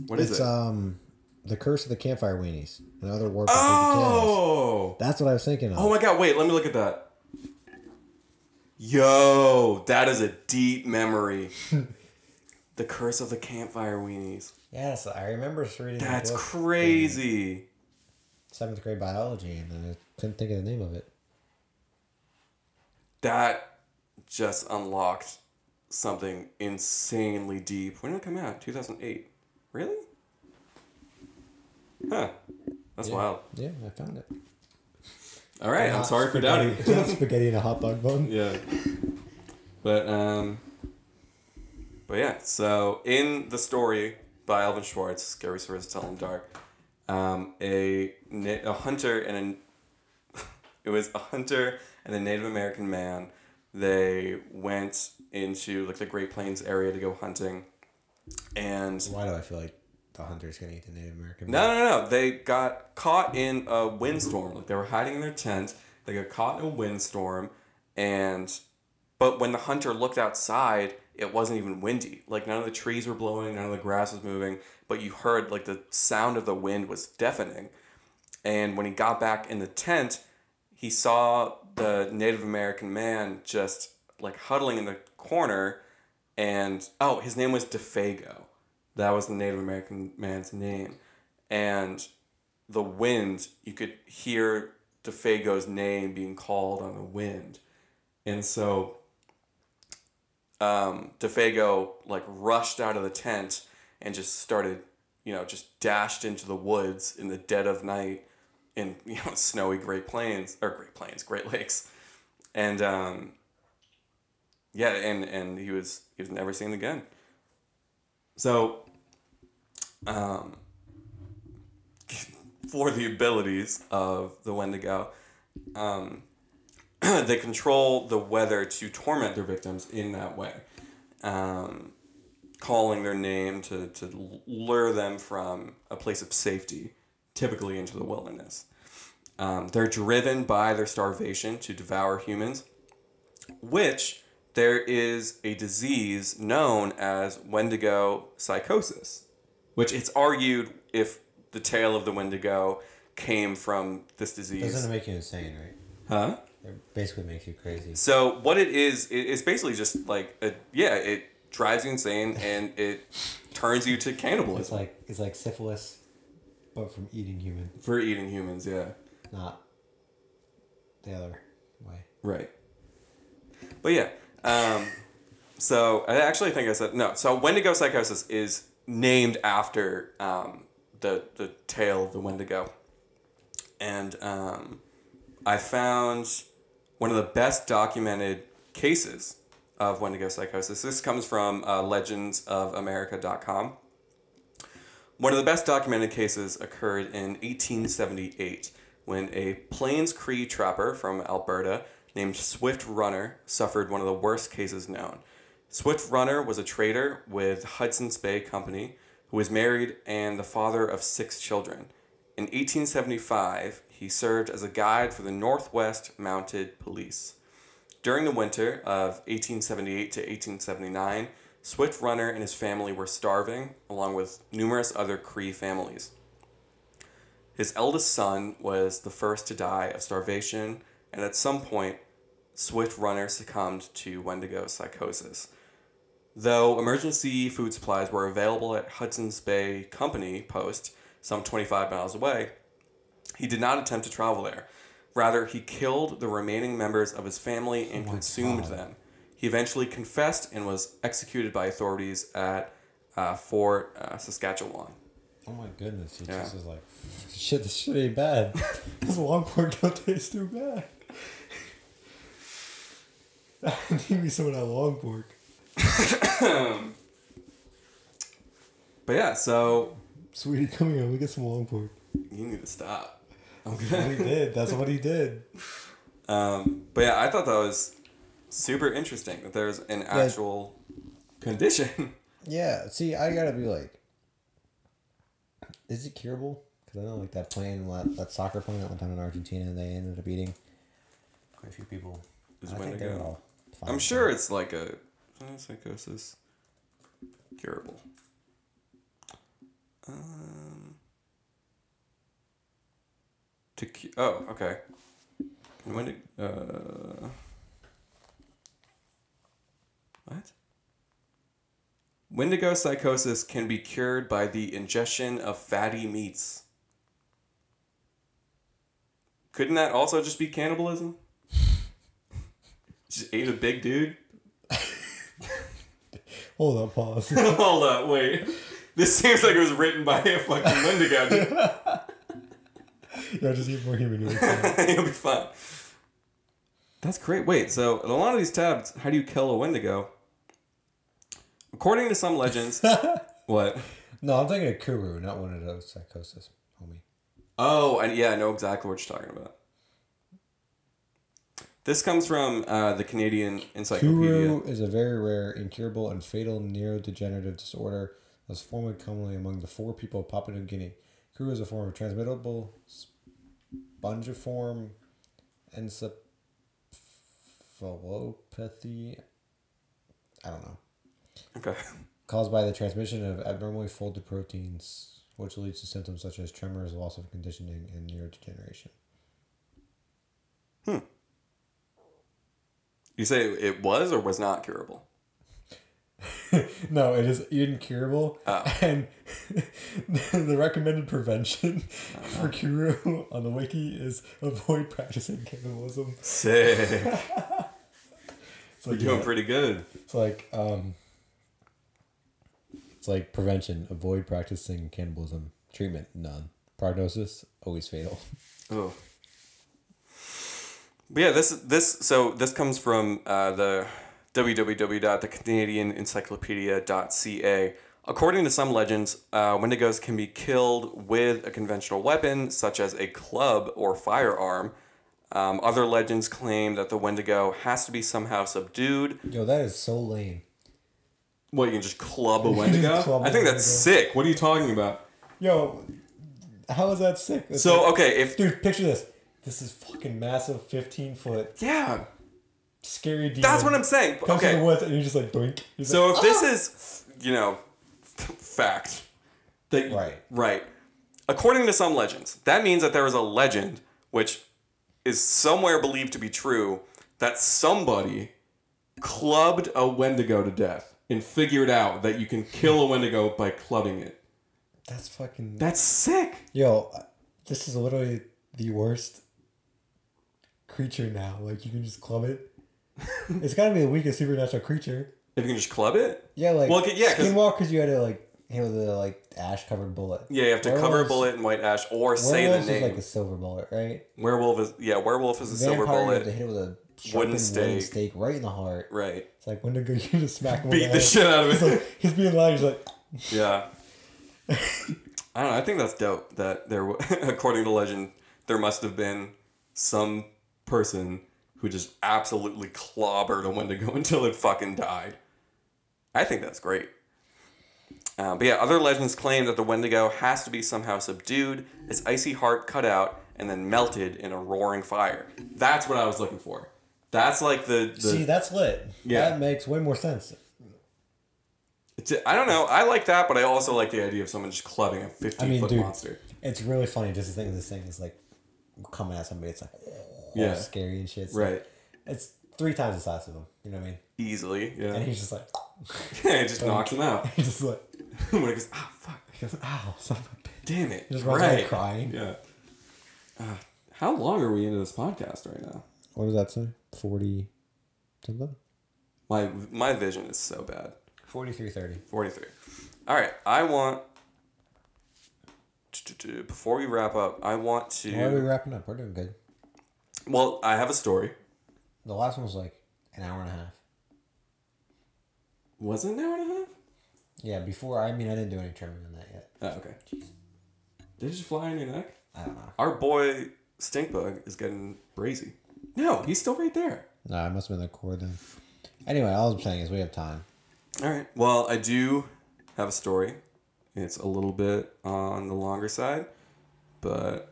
Speaker 1: What is
Speaker 2: it's
Speaker 1: it?
Speaker 2: um, the curse of the campfire weenies. Another war. for creepy tales.
Speaker 1: oh.
Speaker 2: that's what I was thinking of.
Speaker 1: Oh my god, wait, let me look at that. Yo, that is a deep memory. the Curse of the Campfire Weenies.
Speaker 2: yes, I remember reading. the
Speaker 1: That's
Speaker 2: book
Speaker 1: crazy.
Speaker 2: in Seventh grade biology, and then I couldn't think of the name of it.
Speaker 1: That just unlocked something insanely deep. When did it come out? 2008. Really? Huh. That's wild.
Speaker 2: Yeah, I found it.
Speaker 1: All right, I'm
Speaker 2: Hot
Speaker 1: sorry for doubting.
Speaker 2: spaghetti- [LAUGHS] spaghetti and a hot dog bun.
Speaker 1: yeah. But um but yeah, so in the story by Alvin Schwartz, Scary Stories to Tell in the Dark, um, a na- a hunter and a [LAUGHS] it was a hunter and a Native American man. They went into like the Great Plains area to go hunting, and
Speaker 2: [LAUGHS] Why do I feel like the hunter's gonna eat the Native American?
Speaker 1: no, no, no. They got caught in a windstorm. Like they were hiding in their tent. They got caught in a windstorm, and but when the hunter looked outside, it wasn't even windy. Like none of the trees were blowing, none of the grass was moving. But you heard like the sound of the wind was deafening. And when he got back in the tent, he saw the Native American man just like huddling in the corner. And oh, his name was DeFago. That was the Native American man's name. And the wind, you could hear DeFago's name being called on the wind. And so um, DeFago like rushed out of the tent and just started, you know, just dashed into the woods in the dead of night in, [LAUGHS] you know, snowy Great Plains or Great Plains, Great Lakes. And um, yeah, and, and he was he was never seen again. So um, for the abilities of the Wendigo. Um, [CLEARS THROAT] they control the weather to torment their victims in that way, um, calling their name to, to lure them from a place of safety, typically into the wilderness. Um, they're driven by their starvation to devour humans, which there is a disease known as Wendigo psychosis which it's argued if the tale of the Wendigo came from this disease.
Speaker 2: Doesn't it make you insane, right?
Speaker 1: Huh?
Speaker 2: It basically makes you crazy.
Speaker 1: So what it is, it, it's basically just like a, yeah, it drives you insane and it turns you to
Speaker 2: It's
Speaker 1: cannibalism
Speaker 2: like it's like syphilis, but from eating human,
Speaker 1: for eating humans. Yeah,
Speaker 2: not the other way.
Speaker 1: right. But yeah, um, so I actually think I said no. So Wendigo psychosis is named after um, the the tale of the Wendigo, and um, I found one of the best documented cases of Wendigo psychosis. This comes from uh, legendsofamerica.com. One of the best documented cases occurred in 1878 when a Plains Cree trapper from Alberta named Swift Runner suffered one of the worst cases known. Swift Runner was a trader with Hudson's Bay Company who was married and the father of six children. In 1875, he served as a guide for the Northwest Mounted Police. During the winter of 1878 to 1879, Swift Runner and his family were starving, along with numerous other Cree families. His eldest son was the first to die of starvation, and at some point, Swift Runner succumbed to Wendigo psychosis. Though emergency food supplies were available at Hudson's Bay Company Post, some 25 miles away, he did not attempt to travel there. Rather, he killed the remaining members of his family and consumed
Speaker 2: God.
Speaker 1: them. He eventually confessed and was executed by authorities at uh, Fort uh, Saskatchewan.
Speaker 2: Oh my goodness! He
Speaker 1: Yeah.
Speaker 2: just is like, [LAUGHS] shit. This shit ain't
Speaker 1: [LAUGHS]
Speaker 2: bad. this longhorn don't taste too bad. [LAUGHS] Give me some of that long pork.
Speaker 1: But yeah, so
Speaker 2: Sweetie, come here. We get some long pork.
Speaker 1: you need to stop.
Speaker 2: That's what he did. That's what he did.
Speaker 1: Um, but yeah, I thought that was super interesting that there's an actual condition. [LAUGHS]
Speaker 2: Yeah. See, I gotta be like, is it curable? Because I know like that plane, that, that soccer plane that one time in Argentina, they ended up eating quite a few people.
Speaker 1: Is
Speaker 2: I think they
Speaker 1: Wendigo.
Speaker 2: were all. fine.
Speaker 1: I'm sure it's like a uh, psychosis curable. Um, to cu- oh okay. Can Wendigo uh, what? Wendigo psychosis can be cured by the ingestion of fatty meats. Couldn't that also just be cannibalism? Just ate a big dude.
Speaker 2: Hold on, pause. [LAUGHS]
Speaker 1: Hold up, wait. This seems like it was written by a fucking Wendigo. dude.
Speaker 2: You'll just eat more human noodles.
Speaker 1: You'll be fine. That's great. Wait, so in a lot of these tabs, how do you kill a Wendigo? According to some legends, what?
Speaker 2: no, I'm thinking of Kuru, not one of those psychosis, homie.
Speaker 1: Oh, and yeah, I know exactly what you're talking about. This comes from uh, the Canadian Encyclopedia.
Speaker 2: Kuru is a very rare, incurable, and fatal neurodegenerative disorder that is formed commonly among the four people of Papua New Guinea. Kuru is a form of transmittable spongiform encephalopathy. I don't know.
Speaker 1: Okay.
Speaker 2: Caused by the transmission of abnormally folded proteins, which leads to symptoms such as tremors, loss of conditioning, and neurodegeneration.
Speaker 1: You say it was or was not curable?
Speaker 2: no, it is incurable.
Speaker 1: Oh.
Speaker 2: And [LAUGHS] the recommended prevention [LAUGHS]
Speaker 1: Uh-huh.
Speaker 2: for Kuru on the wiki is avoid practicing cannibalism.
Speaker 1: Sick.
Speaker 2: It's like,
Speaker 1: Doing
Speaker 2: yeah,
Speaker 1: pretty good.
Speaker 2: it's like um it's like prevention, avoid practicing cannibalism. Treatment, none. Prognosis, always fatal.
Speaker 1: Oh. But yeah, this this so this comes from uh, the www.thecanadianencyclopedia.ca. According to some legends, uh, Wendigos can be killed with a conventional weapon such as a club or firearm. Um, other legends claim that the Wendigo has to be somehow subdued.
Speaker 2: [LAUGHS] Yo, that is so lame.
Speaker 1: What you can just club a
Speaker 2: You can just club
Speaker 1: Wendigo? I
Speaker 2: a
Speaker 1: think that's
Speaker 2: Wendigo.
Speaker 1: sick. What are you talking about?
Speaker 2: Yo, how is that sick? That's
Speaker 1: So
Speaker 2: like-
Speaker 1: okay, if
Speaker 2: dude, picture this. This is fucking massive, fifteen foot
Speaker 1: yeah,
Speaker 2: scary demon.
Speaker 1: that's what I'm saying.
Speaker 2: comes to
Speaker 1: Okay,
Speaker 2: the woods and you're just like doink. You're just
Speaker 1: So
Speaker 2: like,
Speaker 1: if this is, you know, [LAUGHS] f- fact, that
Speaker 2: Right.
Speaker 1: right, according to some legends, that means that there is a legend which is somewhere believed to be true that somebody clubbed a Wendigo to death and figured out that you can kill a Wendigo by clubbing it.
Speaker 2: that's fucking
Speaker 1: That's sick.
Speaker 2: yo. This is literally the worst creature now. Like you can just club
Speaker 1: [LAUGHS]
Speaker 2: it. it's gotta be the weakest supernatural creature.
Speaker 1: If you can just club it,
Speaker 2: Yeah, like
Speaker 1: Well, 'cause- yeah, 'cause-
Speaker 2: skinwalkers. You had to like handle the like ash covered bullet.
Speaker 1: yeah, you have to cover a
Speaker 2: Werewolves-
Speaker 1: bullet in white ash or say the
Speaker 2: Werewolves is
Speaker 1: name.
Speaker 2: like a silver bullet, right?
Speaker 1: werewolf is yeah, werewolf is a silver
Speaker 2: Vampire, You have to
Speaker 1: bullet.
Speaker 2: hit it with a sharpened
Speaker 1: stake.
Speaker 2: stake right in the heart.
Speaker 1: Right.
Speaker 2: It's like when to go, [LAUGHS] you just smack him. with
Speaker 1: Beat the
Speaker 2: head.
Speaker 1: shit out of
Speaker 2: It's
Speaker 1: it.
Speaker 2: like he's being loud. He's like,
Speaker 1: Yeah. I don't know. I think that's dope that there, wa- [LAUGHS] according to legend, there must have been some person who just absolutely clobbered a Wendigo [LAUGHS] until it fucking died. I think that's great. Uh, but yeah, other legends claim that the Wendigo has to be somehow subdued, its icy heart cut out, and then melted in a roaring fire. That's what I was looking for. That's like the. the
Speaker 2: see, that's lit.
Speaker 1: Yeah.
Speaker 2: that makes way more sense.
Speaker 1: it's- I don't know. I like that, but I also like the idea of someone just clubbing a 15
Speaker 2: mean,
Speaker 1: foot
Speaker 2: dude,
Speaker 1: monster.
Speaker 2: It's really funny just to think of this thing is like coming at somebody. It's like all
Speaker 1: Yeah.
Speaker 2: scary and shit. It's like-
Speaker 1: Right.
Speaker 2: it's three times the size of him. You know what I mean?
Speaker 1: easily.
Speaker 2: And
Speaker 1: [LAUGHS] Yeah,
Speaker 2: he's just like, [LAUGHS]
Speaker 1: yeah it just knocks him out. [LAUGHS]
Speaker 2: he's just like, [LAUGHS]
Speaker 1: when it goes, ah, fuck,
Speaker 2: he goes, ow, son of a bitch.
Speaker 1: damn it,
Speaker 2: Just runs away
Speaker 1: right?
Speaker 2: crying.
Speaker 1: Yeah. Uh, how long are we into this podcast right now?
Speaker 2: What does that say? Forty something.
Speaker 1: My my vision is so bad.
Speaker 2: Forty three thirty.
Speaker 1: Forty three. All right, I want. Before we wrap up, I want
Speaker 2: Why are we
Speaker 1: to.
Speaker 2: wrapping up? We're doing good.
Speaker 1: Well, I have a story.
Speaker 2: The last one was like an hour and a half.
Speaker 1: Was it an hour and a half?
Speaker 2: Yeah, before I mean I didn't do any trimming on that yet.
Speaker 1: Oh, okay. Did it just fly on your neck?
Speaker 2: I don't know.
Speaker 1: Our boy Stinkbug is getting brazy. No, he's still right there.
Speaker 2: No, I must have been the cord then. Anyway, all I'm saying is we have time.
Speaker 1: All right. Well, I do have a story. It's a little bit on the longer side, but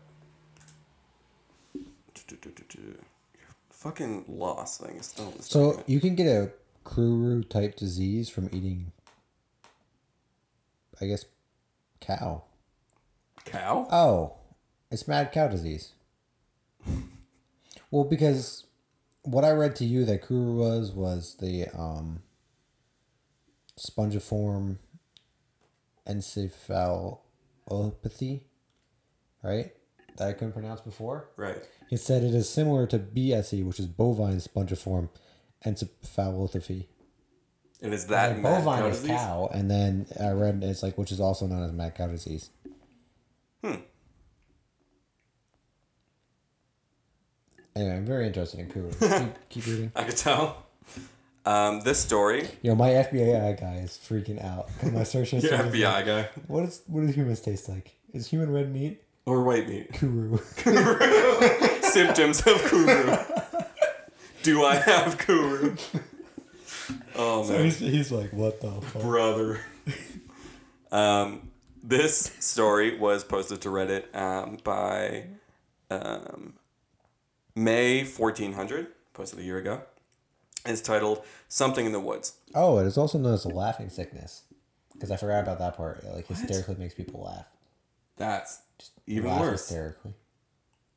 Speaker 1: fucking loss thing is still. is still
Speaker 2: So you can get a Kuru type disease from eating, I guess, cow.
Speaker 1: cow.
Speaker 2: Oh, it's mad cow disease. well, because what I read to you that Kuru was was the um, spongiform encephalopathy, right? That I couldn't pronounce before.
Speaker 1: Right.
Speaker 2: He said it is similar to BSE, which is bovine spongiform encephalopathy.
Speaker 1: And is that
Speaker 2: Like,
Speaker 1: mad
Speaker 2: bovine
Speaker 1: cow
Speaker 2: is
Speaker 1: disease?
Speaker 2: cow, and then I read
Speaker 1: Hmm.
Speaker 2: it's like which is also known as mad cow disease. Anyway, I'm very interested in Coon. keep, keep reading.
Speaker 1: I could tell. Um, this story, [LAUGHS]
Speaker 2: Yo, my FBI guy is freaking out. 'cause My search history
Speaker 1: your
Speaker 2: is like,
Speaker 1: FBI guy,
Speaker 2: What is what does humans taste like? Is human red meat?
Speaker 1: or white meat.
Speaker 2: Kuru. [LAUGHS]
Speaker 1: [LAUGHS] Symptoms of [LAUGHS] kuru. Do I have kuru? Oh man.
Speaker 2: he's, he's like, what the fuck?
Speaker 1: brother. um, this story was posted to Reddit um, by um, May 1400, posted a year ago. It's titled Something in the Woods.
Speaker 2: Oh, it is also known as the laughing sickness. Because I forgot about that part. It, like hysterically makes people laugh.
Speaker 1: That's even
Speaker 2: laugh
Speaker 1: worse.
Speaker 2: Hysterically.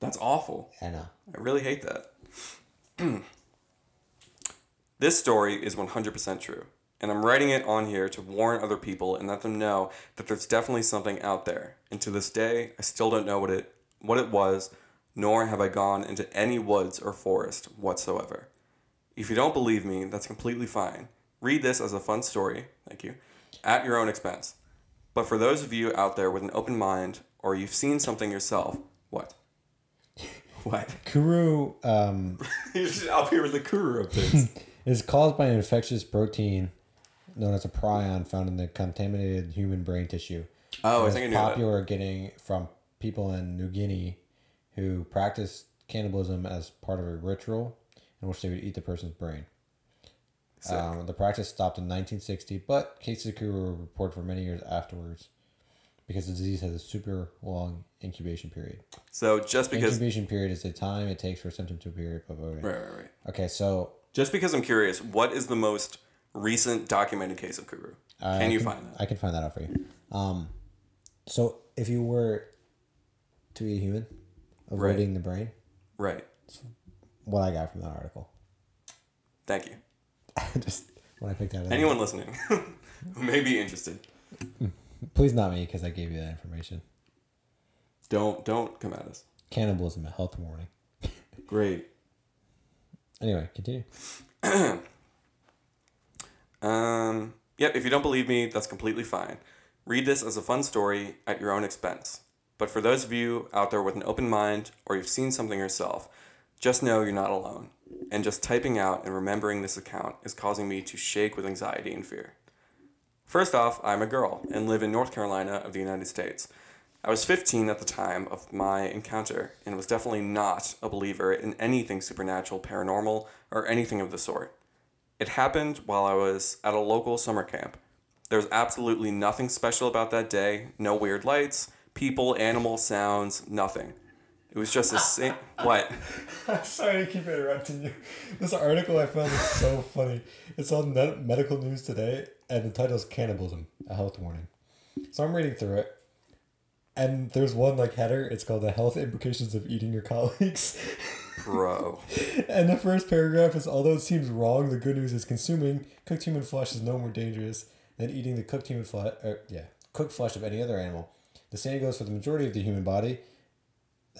Speaker 1: That's awful.
Speaker 2: I know.
Speaker 1: I really hate that. [CLEARS THROAT] this story is 100% true, and I'm writing it on here to warn other people and let them know that there's definitely something out there. And to this day, I still don't know what it what it was, nor have I gone into any woods or forest whatsoever. If you don't believe me, that's completely fine. Read this as a fun story, thank you, at your own expense. But for those of you out there with an open mind or you've seen something yourself, what? [LAUGHS] What?
Speaker 2: Kuru um,
Speaker 1: You're just up here with the kuru of things.
Speaker 2: is caused by an infectious protein known as a prion found in the contaminated human brain tissue.
Speaker 1: oh, I
Speaker 2: It's
Speaker 1: think I knew that.
Speaker 2: popular getting from people in New Guinea who practiced cannibalism as part of a ritual in which they would eat the person's brain.
Speaker 1: Sick.
Speaker 2: Um, the practice stopped in 1960, but cases of Kuru were reported for many years afterwards because the disease has a super long incubation period.
Speaker 1: So just because, right,
Speaker 2: incubation period is the time it takes for a symptom to appear. Blah, blah, blah.
Speaker 1: right, right.
Speaker 2: Okay, so
Speaker 1: Just because I'm curious, what is the most recent documented case of kuru?
Speaker 2: I
Speaker 1: Can you
Speaker 2: can-
Speaker 1: find that?
Speaker 2: I can find that out for you. Um, so if you were to be a human, avoiding the brain,
Speaker 1: Right.
Speaker 2: what I got from that article. [LAUGHS]
Speaker 1: Thank you.
Speaker 2: Just when I picked out, of
Speaker 1: Anyone listening [LAUGHS] who may be interested,
Speaker 2: that. please not me because I gave you that information.
Speaker 1: don't don't come at us.
Speaker 2: Cannibalism, a health warning.
Speaker 1: Great.
Speaker 2: Anyway, continue.
Speaker 1: Um, yep, if you don't believe me, that's completely fine. Read this as a fun story at your own expense. But for those of you out there with an open mind or you've seen something yourself, just know you're not alone. And just typing out and remembering this account is causing me to shake with anxiety and fear. First off, I'm a girl and live in North Carolina of the United States. I was 15 at the time of my encounter and was definitely not a believer in anything supernatural, paranormal, or anything of the sort. It happened while I was at a local summer camp. There was absolutely nothing special about that day. No weird lights, people, animals, sounds, nothing. It was just a same. What?
Speaker 2: I'm [LAUGHS] sorry to keep interrupting you. This article I found is so funny. It's on Med- Medical News Today, and the title is Cannibalism, a Health Warning. So I'm reading through it, and there's one like header. It's called The Health Implications of Eating Your Colleagues.
Speaker 1: Bro.
Speaker 2: And the first paragraph is although it seems wrong, the good news is consuming cooked human flesh is no more dangerous than eating the cooked human flesh. yeah, cooked flesh of any other animal. The same goes for the majority of the human body.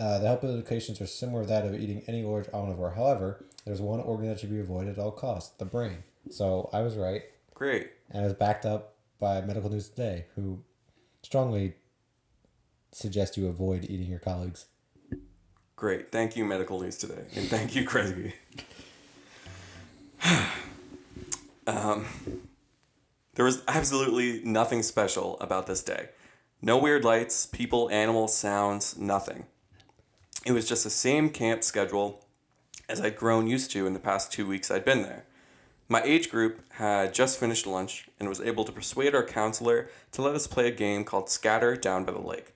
Speaker 2: Uh, the health implications are similar to that of eating any large omnivore. However, there's one organ that should be avoided at all costs: the brain. So I was right,
Speaker 1: Great.
Speaker 2: and I was backed up by Medical News Today, who strongly suggest you avoid eating your colleagues.
Speaker 1: Great. Thank you, Medical News Today. And thank you, Craigie. [SIGHS] um, there was absolutely nothing special about this day. No weird lights, people, animals, sounds, nothing. It was just the same camp schedule as I'd grown used to in the past two weeks I'd been there. My age group had just finished lunch and was able to persuade our counselor to let us play a game called Scatter down by the lake.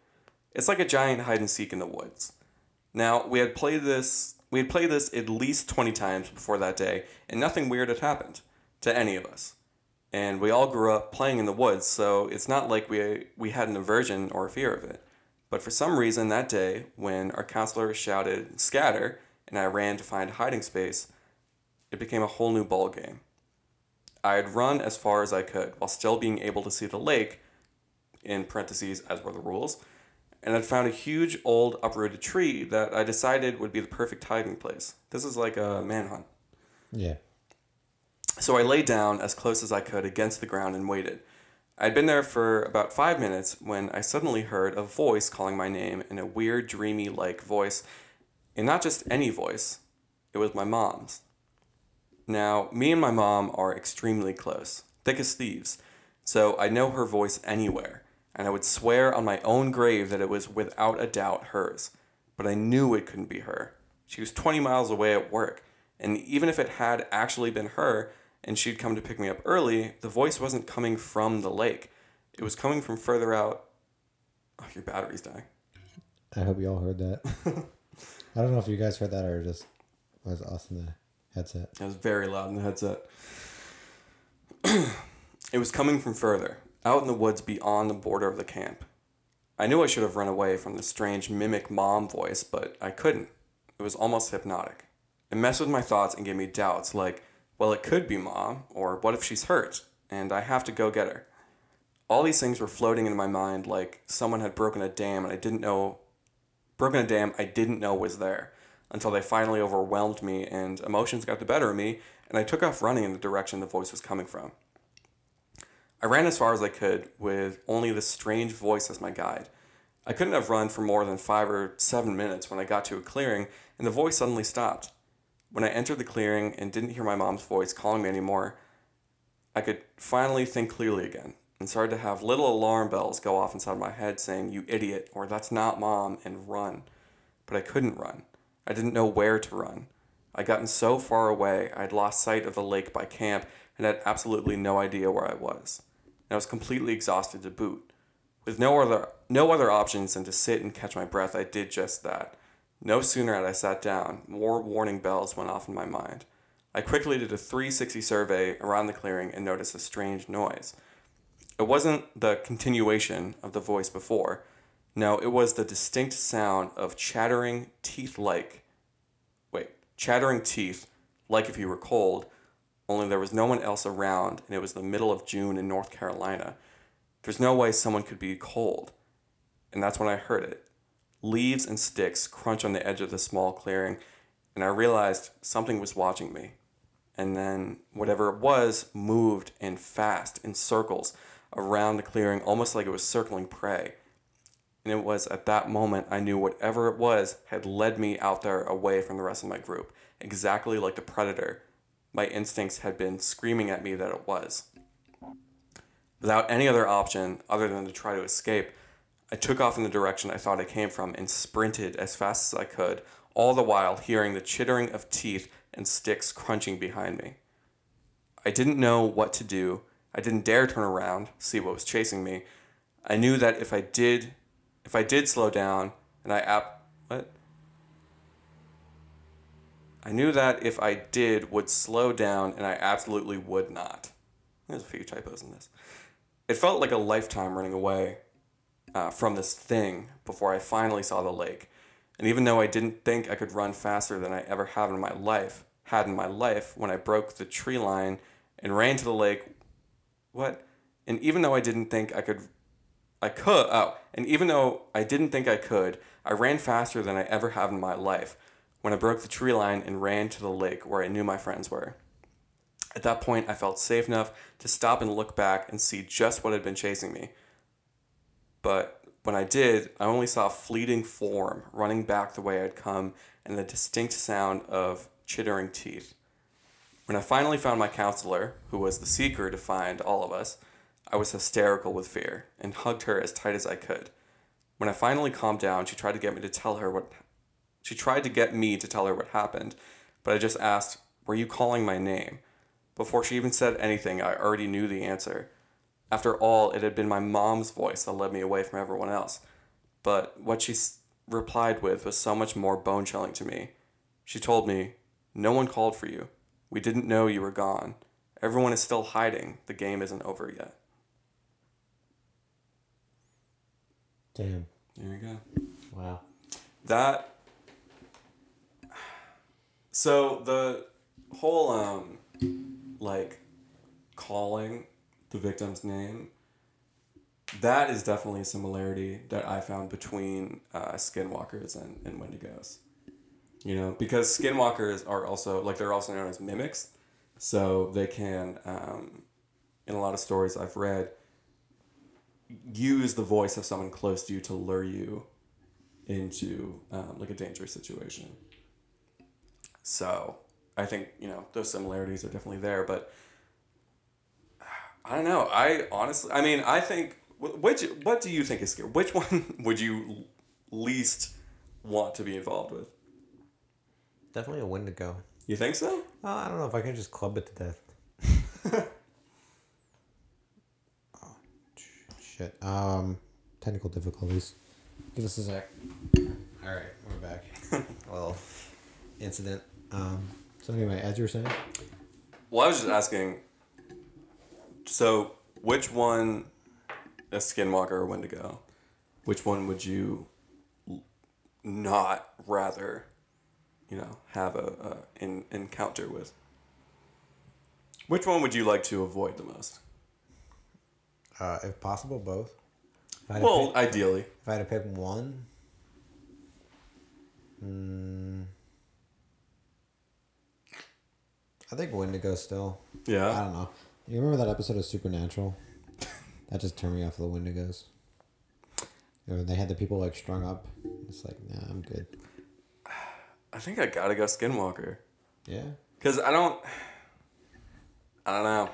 Speaker 1: It's like a giant hide and seek in the woods. Now we had played this we had played this at least twenty times before that day, and nothing weird had happened to any of us. And we all grew up playing in the woods, so it's not like we we had an aversion or a fear of it. But for some reason that day, when our counselor shouted "scatter" and I ran to find a hiding space, it became a whole new ball game. I had run as far as I could while still being able to see the lake, in parentheses as were the rules, and I'd found a huge old uprooted tree that I decided would be the perfect hiding place. This is like a manhunt.
Speaker 2: Yeah.
Speaker 1: So I lay down as close as I could against the ground and waited. I'd been there for about five minutes when I suddenly heard a voice calling my name in a weird, dreamy like voice, and not just any voice, It was my mom's. Now, me and my mom are extremely close, thick as thieves. So I know her voice anywhere, and I would swear on my own grave that it was without a doubt hers. But I knew it couldn't be her. She was 20 miles away at work, and even if it had actually been her and she'd come to pick me up early, the voice wasn't coming from the lake. It was coming from further out. Oh, your battery's dying.
Speaker 2: I hope you all heard [LAUGHS] that. I don't know if you guys heard that or just was us in the headset.
Speaker 1: That was very loud in the headset. [CLEARS THROAT] it was coming from further, out in the woods beyond the border of the camp. I knew I should have run away from the strange mimic mom voice, but I couldn't. It was almost hypnotic. It messed with my thoughts and gave me doubts like, well, it could be mom, or what if she's hurt, and I have to go get her. All these things were floating in my mind like someone had broken a dam and I didn't know broken a dam I didn't know was there until they finally overwhelmed me and emotions got the better of me and I took off running in the direction the voice was coming from. I ran as far as I could with only this strange voice as my guide. I couldn't have run for more than five or seven minutes when I got to a clearing and the voice suddenly stopped. When I entered the clearing and didn't hear my mom's voice calling me anymore, I could finally think clearly again and started to have little alarm bells go off inside my head saying, You idiot, or that's not mom, and run. But I couldn't run. I didn't know where to run. I'd gotten so far away, I'd lost sight of the lake by camp and had absolutely no idea where I was. And I was completely exhausted to boot. With no other, no other options than to sit and catch my breath, I did just that. No sooner had I sat down, more warning bells went off in my mind. I quickly did a 360 survey around the clearing and noticed a strange noise it wasn't the continuation of the voice before. No, it was the distinct sound of chattering teeth like. Wait, chattering teeth, like if you were cold, only there was no one else around and it was the middle of June in North Carolina. There's no way someone could be cold. And that's when I heard it. Leaves and sticks crunch on the edge of the small clearing, and I realized something was watching me. And then whatever it was moved and fast in circles around the clearing, almost like it was circling prey. And it was at that moment I knew whatever it was had led me out there away from the rest of my group, exactly like the predator. My instincts had been screaming at me that it was. Without any other option other than to try to escape, I took off in the direction I thought I came from and sprinted as fast as I could, all the while hearing the chittering of teeth and sticks crunching behind me. I didn't know what to do. I didn't dare turn around, see what was chasing me. I knew that if I did, if I did slow down and I app what? I knew that if I did would slow down and I absolutely would not. There's a few typos in this. It felt like a lifetime running away uh, from this thing before I finally saw the lake. And even though I didn't think I could run faster than I ever have in my life, had in my life when I broke the tree line and ran to the lake, what? And even though I didn't think I could, I could. Oh, and even though I didn't think I could, I ran faster than I ever have in my life when I broke the tree line and ran to the lake where I knew my friends were. At that point, I felt safe enough to stop and look back and see just what had been chasing me. But when I did, I only saw a fleeting form running back the way I'd come and the distinct sound of chittering teeth. When I finally found my counselor, who was the seeker to find all of us, I was hysterical with fear and hugged her as tight as I could. When I finally calmed down, she tried to get me to tell her what she tried to get me to tell her what happened, but I just asked, "Were you calling my name?" Before she even said anything, I already knew the answer. After all, it had been my mom's voice that led me away from everyone else. But what she s- replied with was so much more bone chilling to me. She told me, No one called for you. We didn't know you were gone. Everyone is still hiding. The game isn't over yet.
Speaker 2: Damn.
Speaker 1: There you go.
Speaker 2: Wow.
Speaker 1: That. So the whole, um, like, calling the victim's name, that is definitely a similarity that I found between uh, skinwalkers and, and wendigos. You know, because skinwalkers are also, like, they're also known as mimics. So they can, um, in a lot of stories I've read, use the voice of someone close to you to lure you into um, like a dangerous situation. So I think, you know, those similarities are definitely there. But I don't know. I honestly, I mean, I think, wh- which, what do you think is scary? Which [LAUGHS] one would you least want to be involved with?
Speaker 2: Definitely a Wendigo.
Speaker 1: You think so?
Speaker 2: Uh, I don't know if I can just club it to death. [LAUGHS] Oh, sh- shit. Um, technical difficulties. Give us a sec. All right, we're back. [LAUGHS] well, incident. Um, so anyway, as you were saying,
Speaker 1: Well, I was just asking. So, which one, a skinwalker or Wendigo, which one would you l- not rather, you know, have a, a in, encounter with? Which one would you like to avoid the most?
Speaker 2: uh, if possible, both. If I had to
Speaker 1: Well,
Speaker 2: pick-
Speaker 1: ideally,
Speaker 2: If I had to pick one, mm, I think Wendigo still. I
Speaker 1: yeah.
Speaker 2: don't know. You remember that episode of Supernatural? That just turned me off of the Wendigos. Or they had the people like strung up. It's like, nah, I'm good.
Speaker 1: I think I gotta go skinwalker.
Speaker 2: Yeah.
Speaker 1: Cause I don't, I don't know.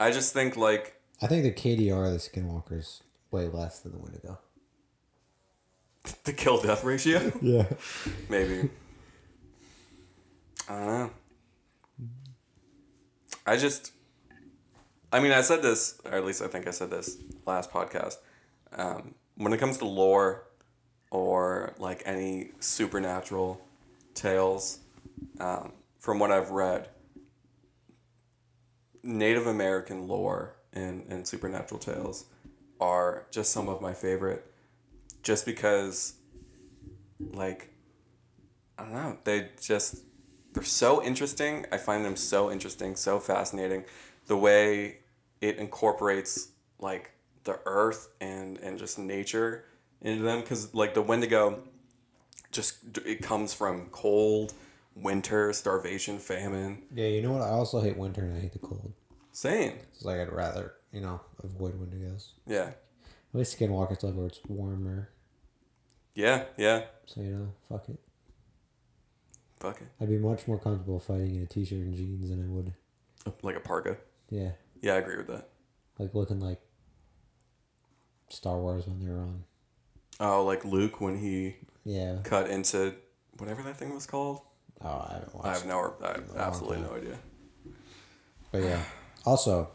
Speaker 1: I just think like [LAUGHS]
Speaker 2: I think the KDR, the Skinwalkers, way less than the Wendigo.
Speaker 1: the kill death ratio.
Speaker 2: Yeah.
Speaker 1: Maybe. I don't know. I just. I mean, I said this, or at least I think I said this last podcast. Um, when it comes to lore or like any supernatural tales, um, from what I've read, Native American lore and, and supernatural tales are just some of my favorite. Just because, like, I don't know. They just they're so interesting. I find them so interesting, so fascinating. The way it incorporates like the earth and and just nature into them because like the Wendigo, just it comes from cold, winter, starvation, famine.
Speaker 2: Yeah, you know what? I also hate winter and I hate the cold.
Speaker 1: Same,
Speaker 2: It's like I'd rather, you know, avoid Wendigos.
Speaker 1: yeah,
Speaker 2: At least Skinwalkers live where it's warmer.
Speaker 1: yeah, yeah.
Speaker 2: So, you know, fuck it.
Speaker 1: Fuck it,
Speaker 2: I'd be much more comfortable fighting in a t shirt and jeans than I would.
Speaker 1: like a parka.
Speaker 2: Yeah.
Speaker 1: Yeah, I agree with that.
Speaker 2: Like looking like Star Wars when they were on.
Speaker 1: Oh, like Luke when he
Speaker 2: Yeah.
Speaker 1: cut into whatever that thing was called.
Speaker 2: Oh, I haven't
Speaker 1: I
Speaker 2: watched.
Speaker 1: have no, I have absolutely no idea.
Speaker 2: But yeah. Also,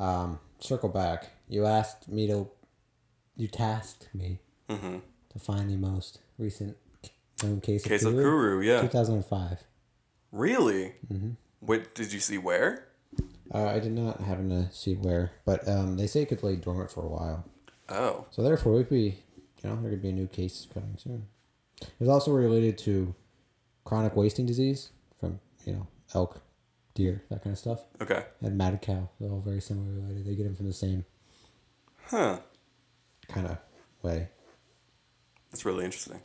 Speaker 2: um, circle back. You asked me to. You tasked me
Speaker 1: Mm-hmm.
Speaker 2: to find the most recent known case,
Speaker 1: Case
Speaker 2: of
Speaker 1: of
Speaker 2: Kuru.
Speaker 1: Kuru, yeah.
Speaker 2: 2005.
Speaker 1: Really?
Speaker 2: Mm-hmm.
Speaker 1: What did you see where?
Speaker 2: Uh, I did not happen to see where, but um, they say it could lay dormant for a while.
Speaker 1: Oh,
Speaker 2: So therefore, we'd be, you know, there could be a new case coming soon. It's also related to chronic wasting disease from, you know, elk, deer, that kind of stuff.
Speaker 1: okay.
Speaker 2: And mad cow, they're all very similar related. They get them from the same
Speaker 1: Huh.
Speaker 2: kind of way.
Speaker 1: That's really interesting.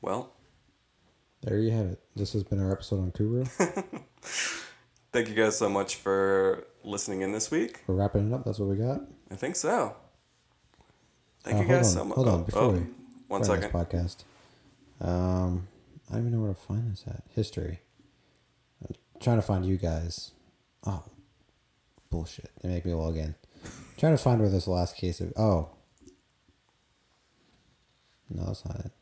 Speaker 1: Well,
Speaker 2: There you have it. This has been our episode on Kuru.
Speaker 1: thank you guys so much for listening in this week.
Speaker 2: We're wrapping it up. That's what we got.
Speaker 1: I think so. Thank
Speaker 2: Uh,
Speaker 1: you
Speaker 2: hold
Speaker 1: guys
Speaker 2: on,
Speaker 1: so much.
Speaker 2: hold on, before we-
Speaker 1: one
Speaker 2: for our next
Speaker 1: second.
Speaker 2: podcast. Um, I don't even know where to find this at. History. I'm trying to find you guys. Oh, bullshit. They make me log in. [LAUGHS] trying to find where this last case of. Oh. No, that's not it.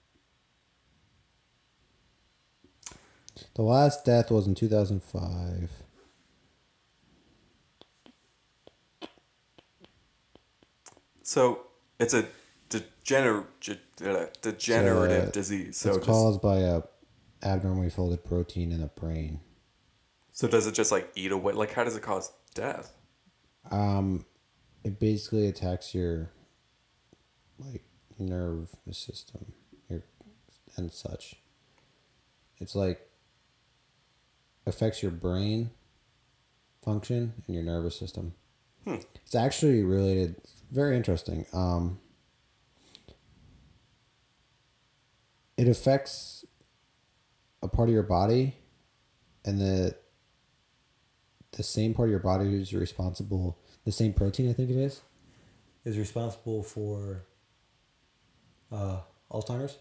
Speaker 2: The last death was in 2005.
Speaker 1: So it's a degener- ge- uh, degenerative disease. So
Speaker 2: it's
Speaker 1: just,
Speaker 2: caused by a abnormally folded protein in the brain.
Speaker 1: so does it just like eat away? Like how does it cause death?
Speaker 2: Um, it basically attacks your like nerve system, your and such. It's like affects your brain function and your nervous system. It's actually related. Very interesting. Um, it affects a part of your body, and the the same part of your body is responsible. The same protein, I think it is, is responsible for uh, Alzheimer's.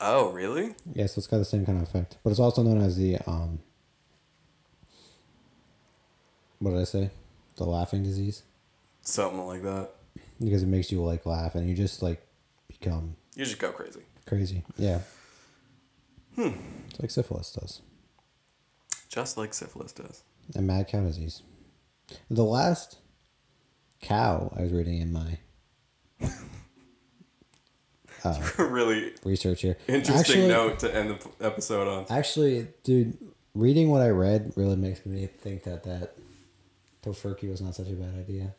Speaker 1: Oh, really?
Speaker 2: Yeah, so it's got the same kind of effect, but it's also known as the um. What did I say? The laughing disease,
Speaker 1: Something like that.
Speaker 2: because it makes you like laugh, and you just like become
Speaker 1: You just go crazy.
Speaker 2: crazy. Yeah. Hmm. It's like syphilis does,
Speaker 1: Just like syphilis does. [LAUGHS]
Speaker 2: and mad cow disease. The last cow I was reading in my
Speaker 1: really
Speaker 2: research here.
Speaker 1: interesting
Speaker 2: Actually-
Speaker 1: note to end the p- episode on.
Speaker 2: Actually, dude, reading what I read really makes me think that that tofurkey was not such a bad idea.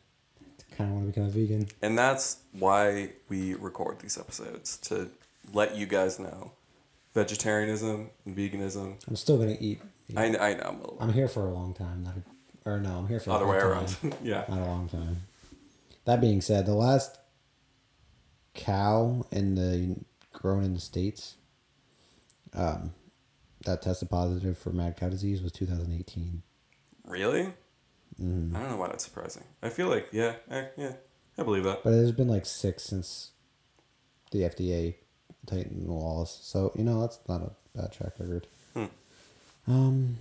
Speaker 2: Kind of want to become a vegan.
Speaker 1: And that's why we record these episodes to let you guys know vegetarianism and veganism.
Speaker 2: I'm still gonna eat.
Speaker 1: I, I know I'm a little
Speaker 2: I'm here for a long time. Not a, or no, I'm here for
Speaker 1: other
Speaker 2: a long
Speaker 1: way
Speaker 2: time,
Speaker 1: around. [LAUGHS] yeah.
Speaker 2: [LAUGHS] Not a long time. That being said, the last cow in the grown in the states, um, that tested positive for mad cow disease was 2018.
Speaker 1: Really?
Speaker 2: Mm-hmm.
Speaker 1: I don't know why that's surprising. I feel like, yeah, I, yeah, I believe that.
Speaker 2: But there's been like six since the FDA tightened the laws. So, you know, that's not a bad track record. Um,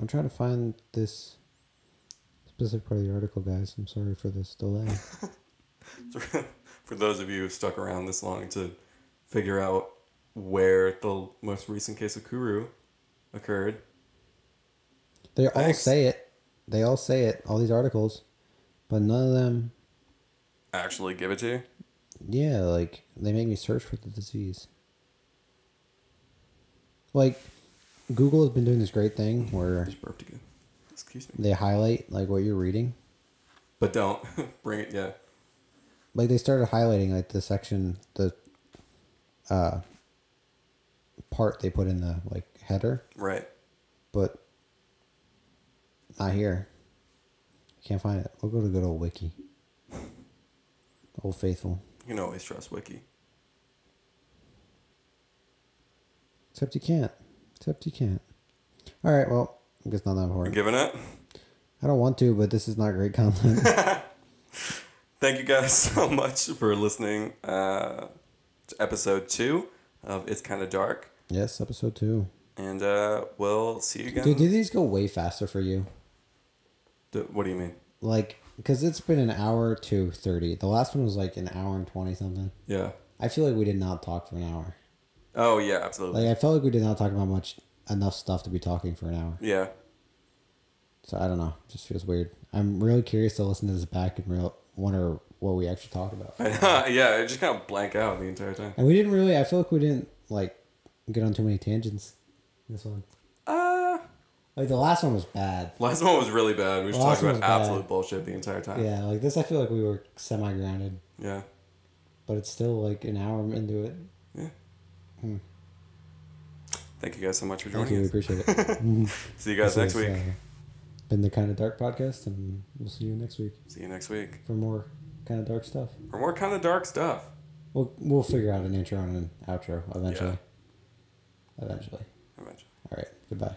Speaker 2: I'm trying to find this specific part of the article, guys. I'm sorry for this delay.
Speaker 1: [LAUGHS] For those of you who stuck around this long to figure out where the most recent case of Kuru occurred,
Speaker 2: they all
Speaker 1: Thanks.
Speaker 2: say it. They all say it, all these articles. But none of them,
Speaker 1: actually give it to you.
Speaker 2: yeah, like, they make me search for the disease. Like, Google has been doing this great thing where
Speaker 1: Just burped again. Excuse me.
Speaker 2: they highlight, like, what you're reading.
Speaker 1: But don't [LAUGHS] bring it. Yeah.
Speaker 2: like they started highlighting like the section the uh part they put in the like header
Speaker 1: Right.
Speaker 2: but not here can't find it we'll go to good old wiki [LAUGHS] old faithful
Speaker 1: You can always trust Wiki.
Speaker 2: except you can't except you can't all right well i guess not that
Speaker 1: I'm
Speaker 2: important
Speaker 1: giving up.
Speaker 2: i don't want to but this is not great content
Speaker 1: Thank you guys [LAUGHS] so much for listening uh, to episode two of It's Kind of Dark.
Speaker 2: yes episode two
Speaker 1: And uh, we'll see you again.
Speaker 2: dude do these go way faster for you
Speaker 1: D- what do you mean?
Speaker 2: like because it's been an hour to 30 the last one was like an hour and 20 something
Speaker 1: Yeah.
Speaker 2: I feel like we did not talk for an hour.
Speaker 1: Oh, yeah, absolutely.
Speaker 2: Like I felt like we did not talk about much enough stuff to be talking for an hour.
Speaker 1: yeah. [LAUGHS]
Speaker 2: So I don't know. It just feels weird. I'm really curious to listen to this back and real wonder what we actually talked about.
Speaker 1: yeah, I just kind of blank out the entire time.
Speaker 2: And we didn't really. I feel like we didn't like get on too many tangents. in This one,
Speaker 1: Uh,
Speaker 2: like the last one was bad.
Speaker 1: last one was really bad. We just
Speaker 2: Last
Speaker 1: talked
Speaker 2: one
Speaker 1: about
Speaker 2: was
Speaker 1: absolute
Speaker 2: bad.
Speaker 1: bullshit the entire time.
Speaker 2: Yeah, like this. I feel like we were semi grounded,
Speaker 1: Yeah.
Speaker 2: but it's still like an hour into it.
Speaker 1: Thank you guys so much for
Speaker 2: Thank you.
Speaker 1: joining
Speaker 2: We
Speaker 1: us.
Speaker 2: appreciate
Speaker 1: [LAUGHS]
Speaker 2: it.
Speaker 1: See you guys
Speaker 2: This has,
Speaker 1: next week.
Speaker 2: uh, been the kind of dark podcast, and we'll see you next week
Speaker 1: See you next week
Speaker 2: for more kind of dark stuff.
Speaker 1: for more kind of dark stuff.
Speaker 2: We'll we'll figure out an intro and an outro eventually. Eventually.
Speaker 1: Eventually.
Speaker 2: All right. Goodbye.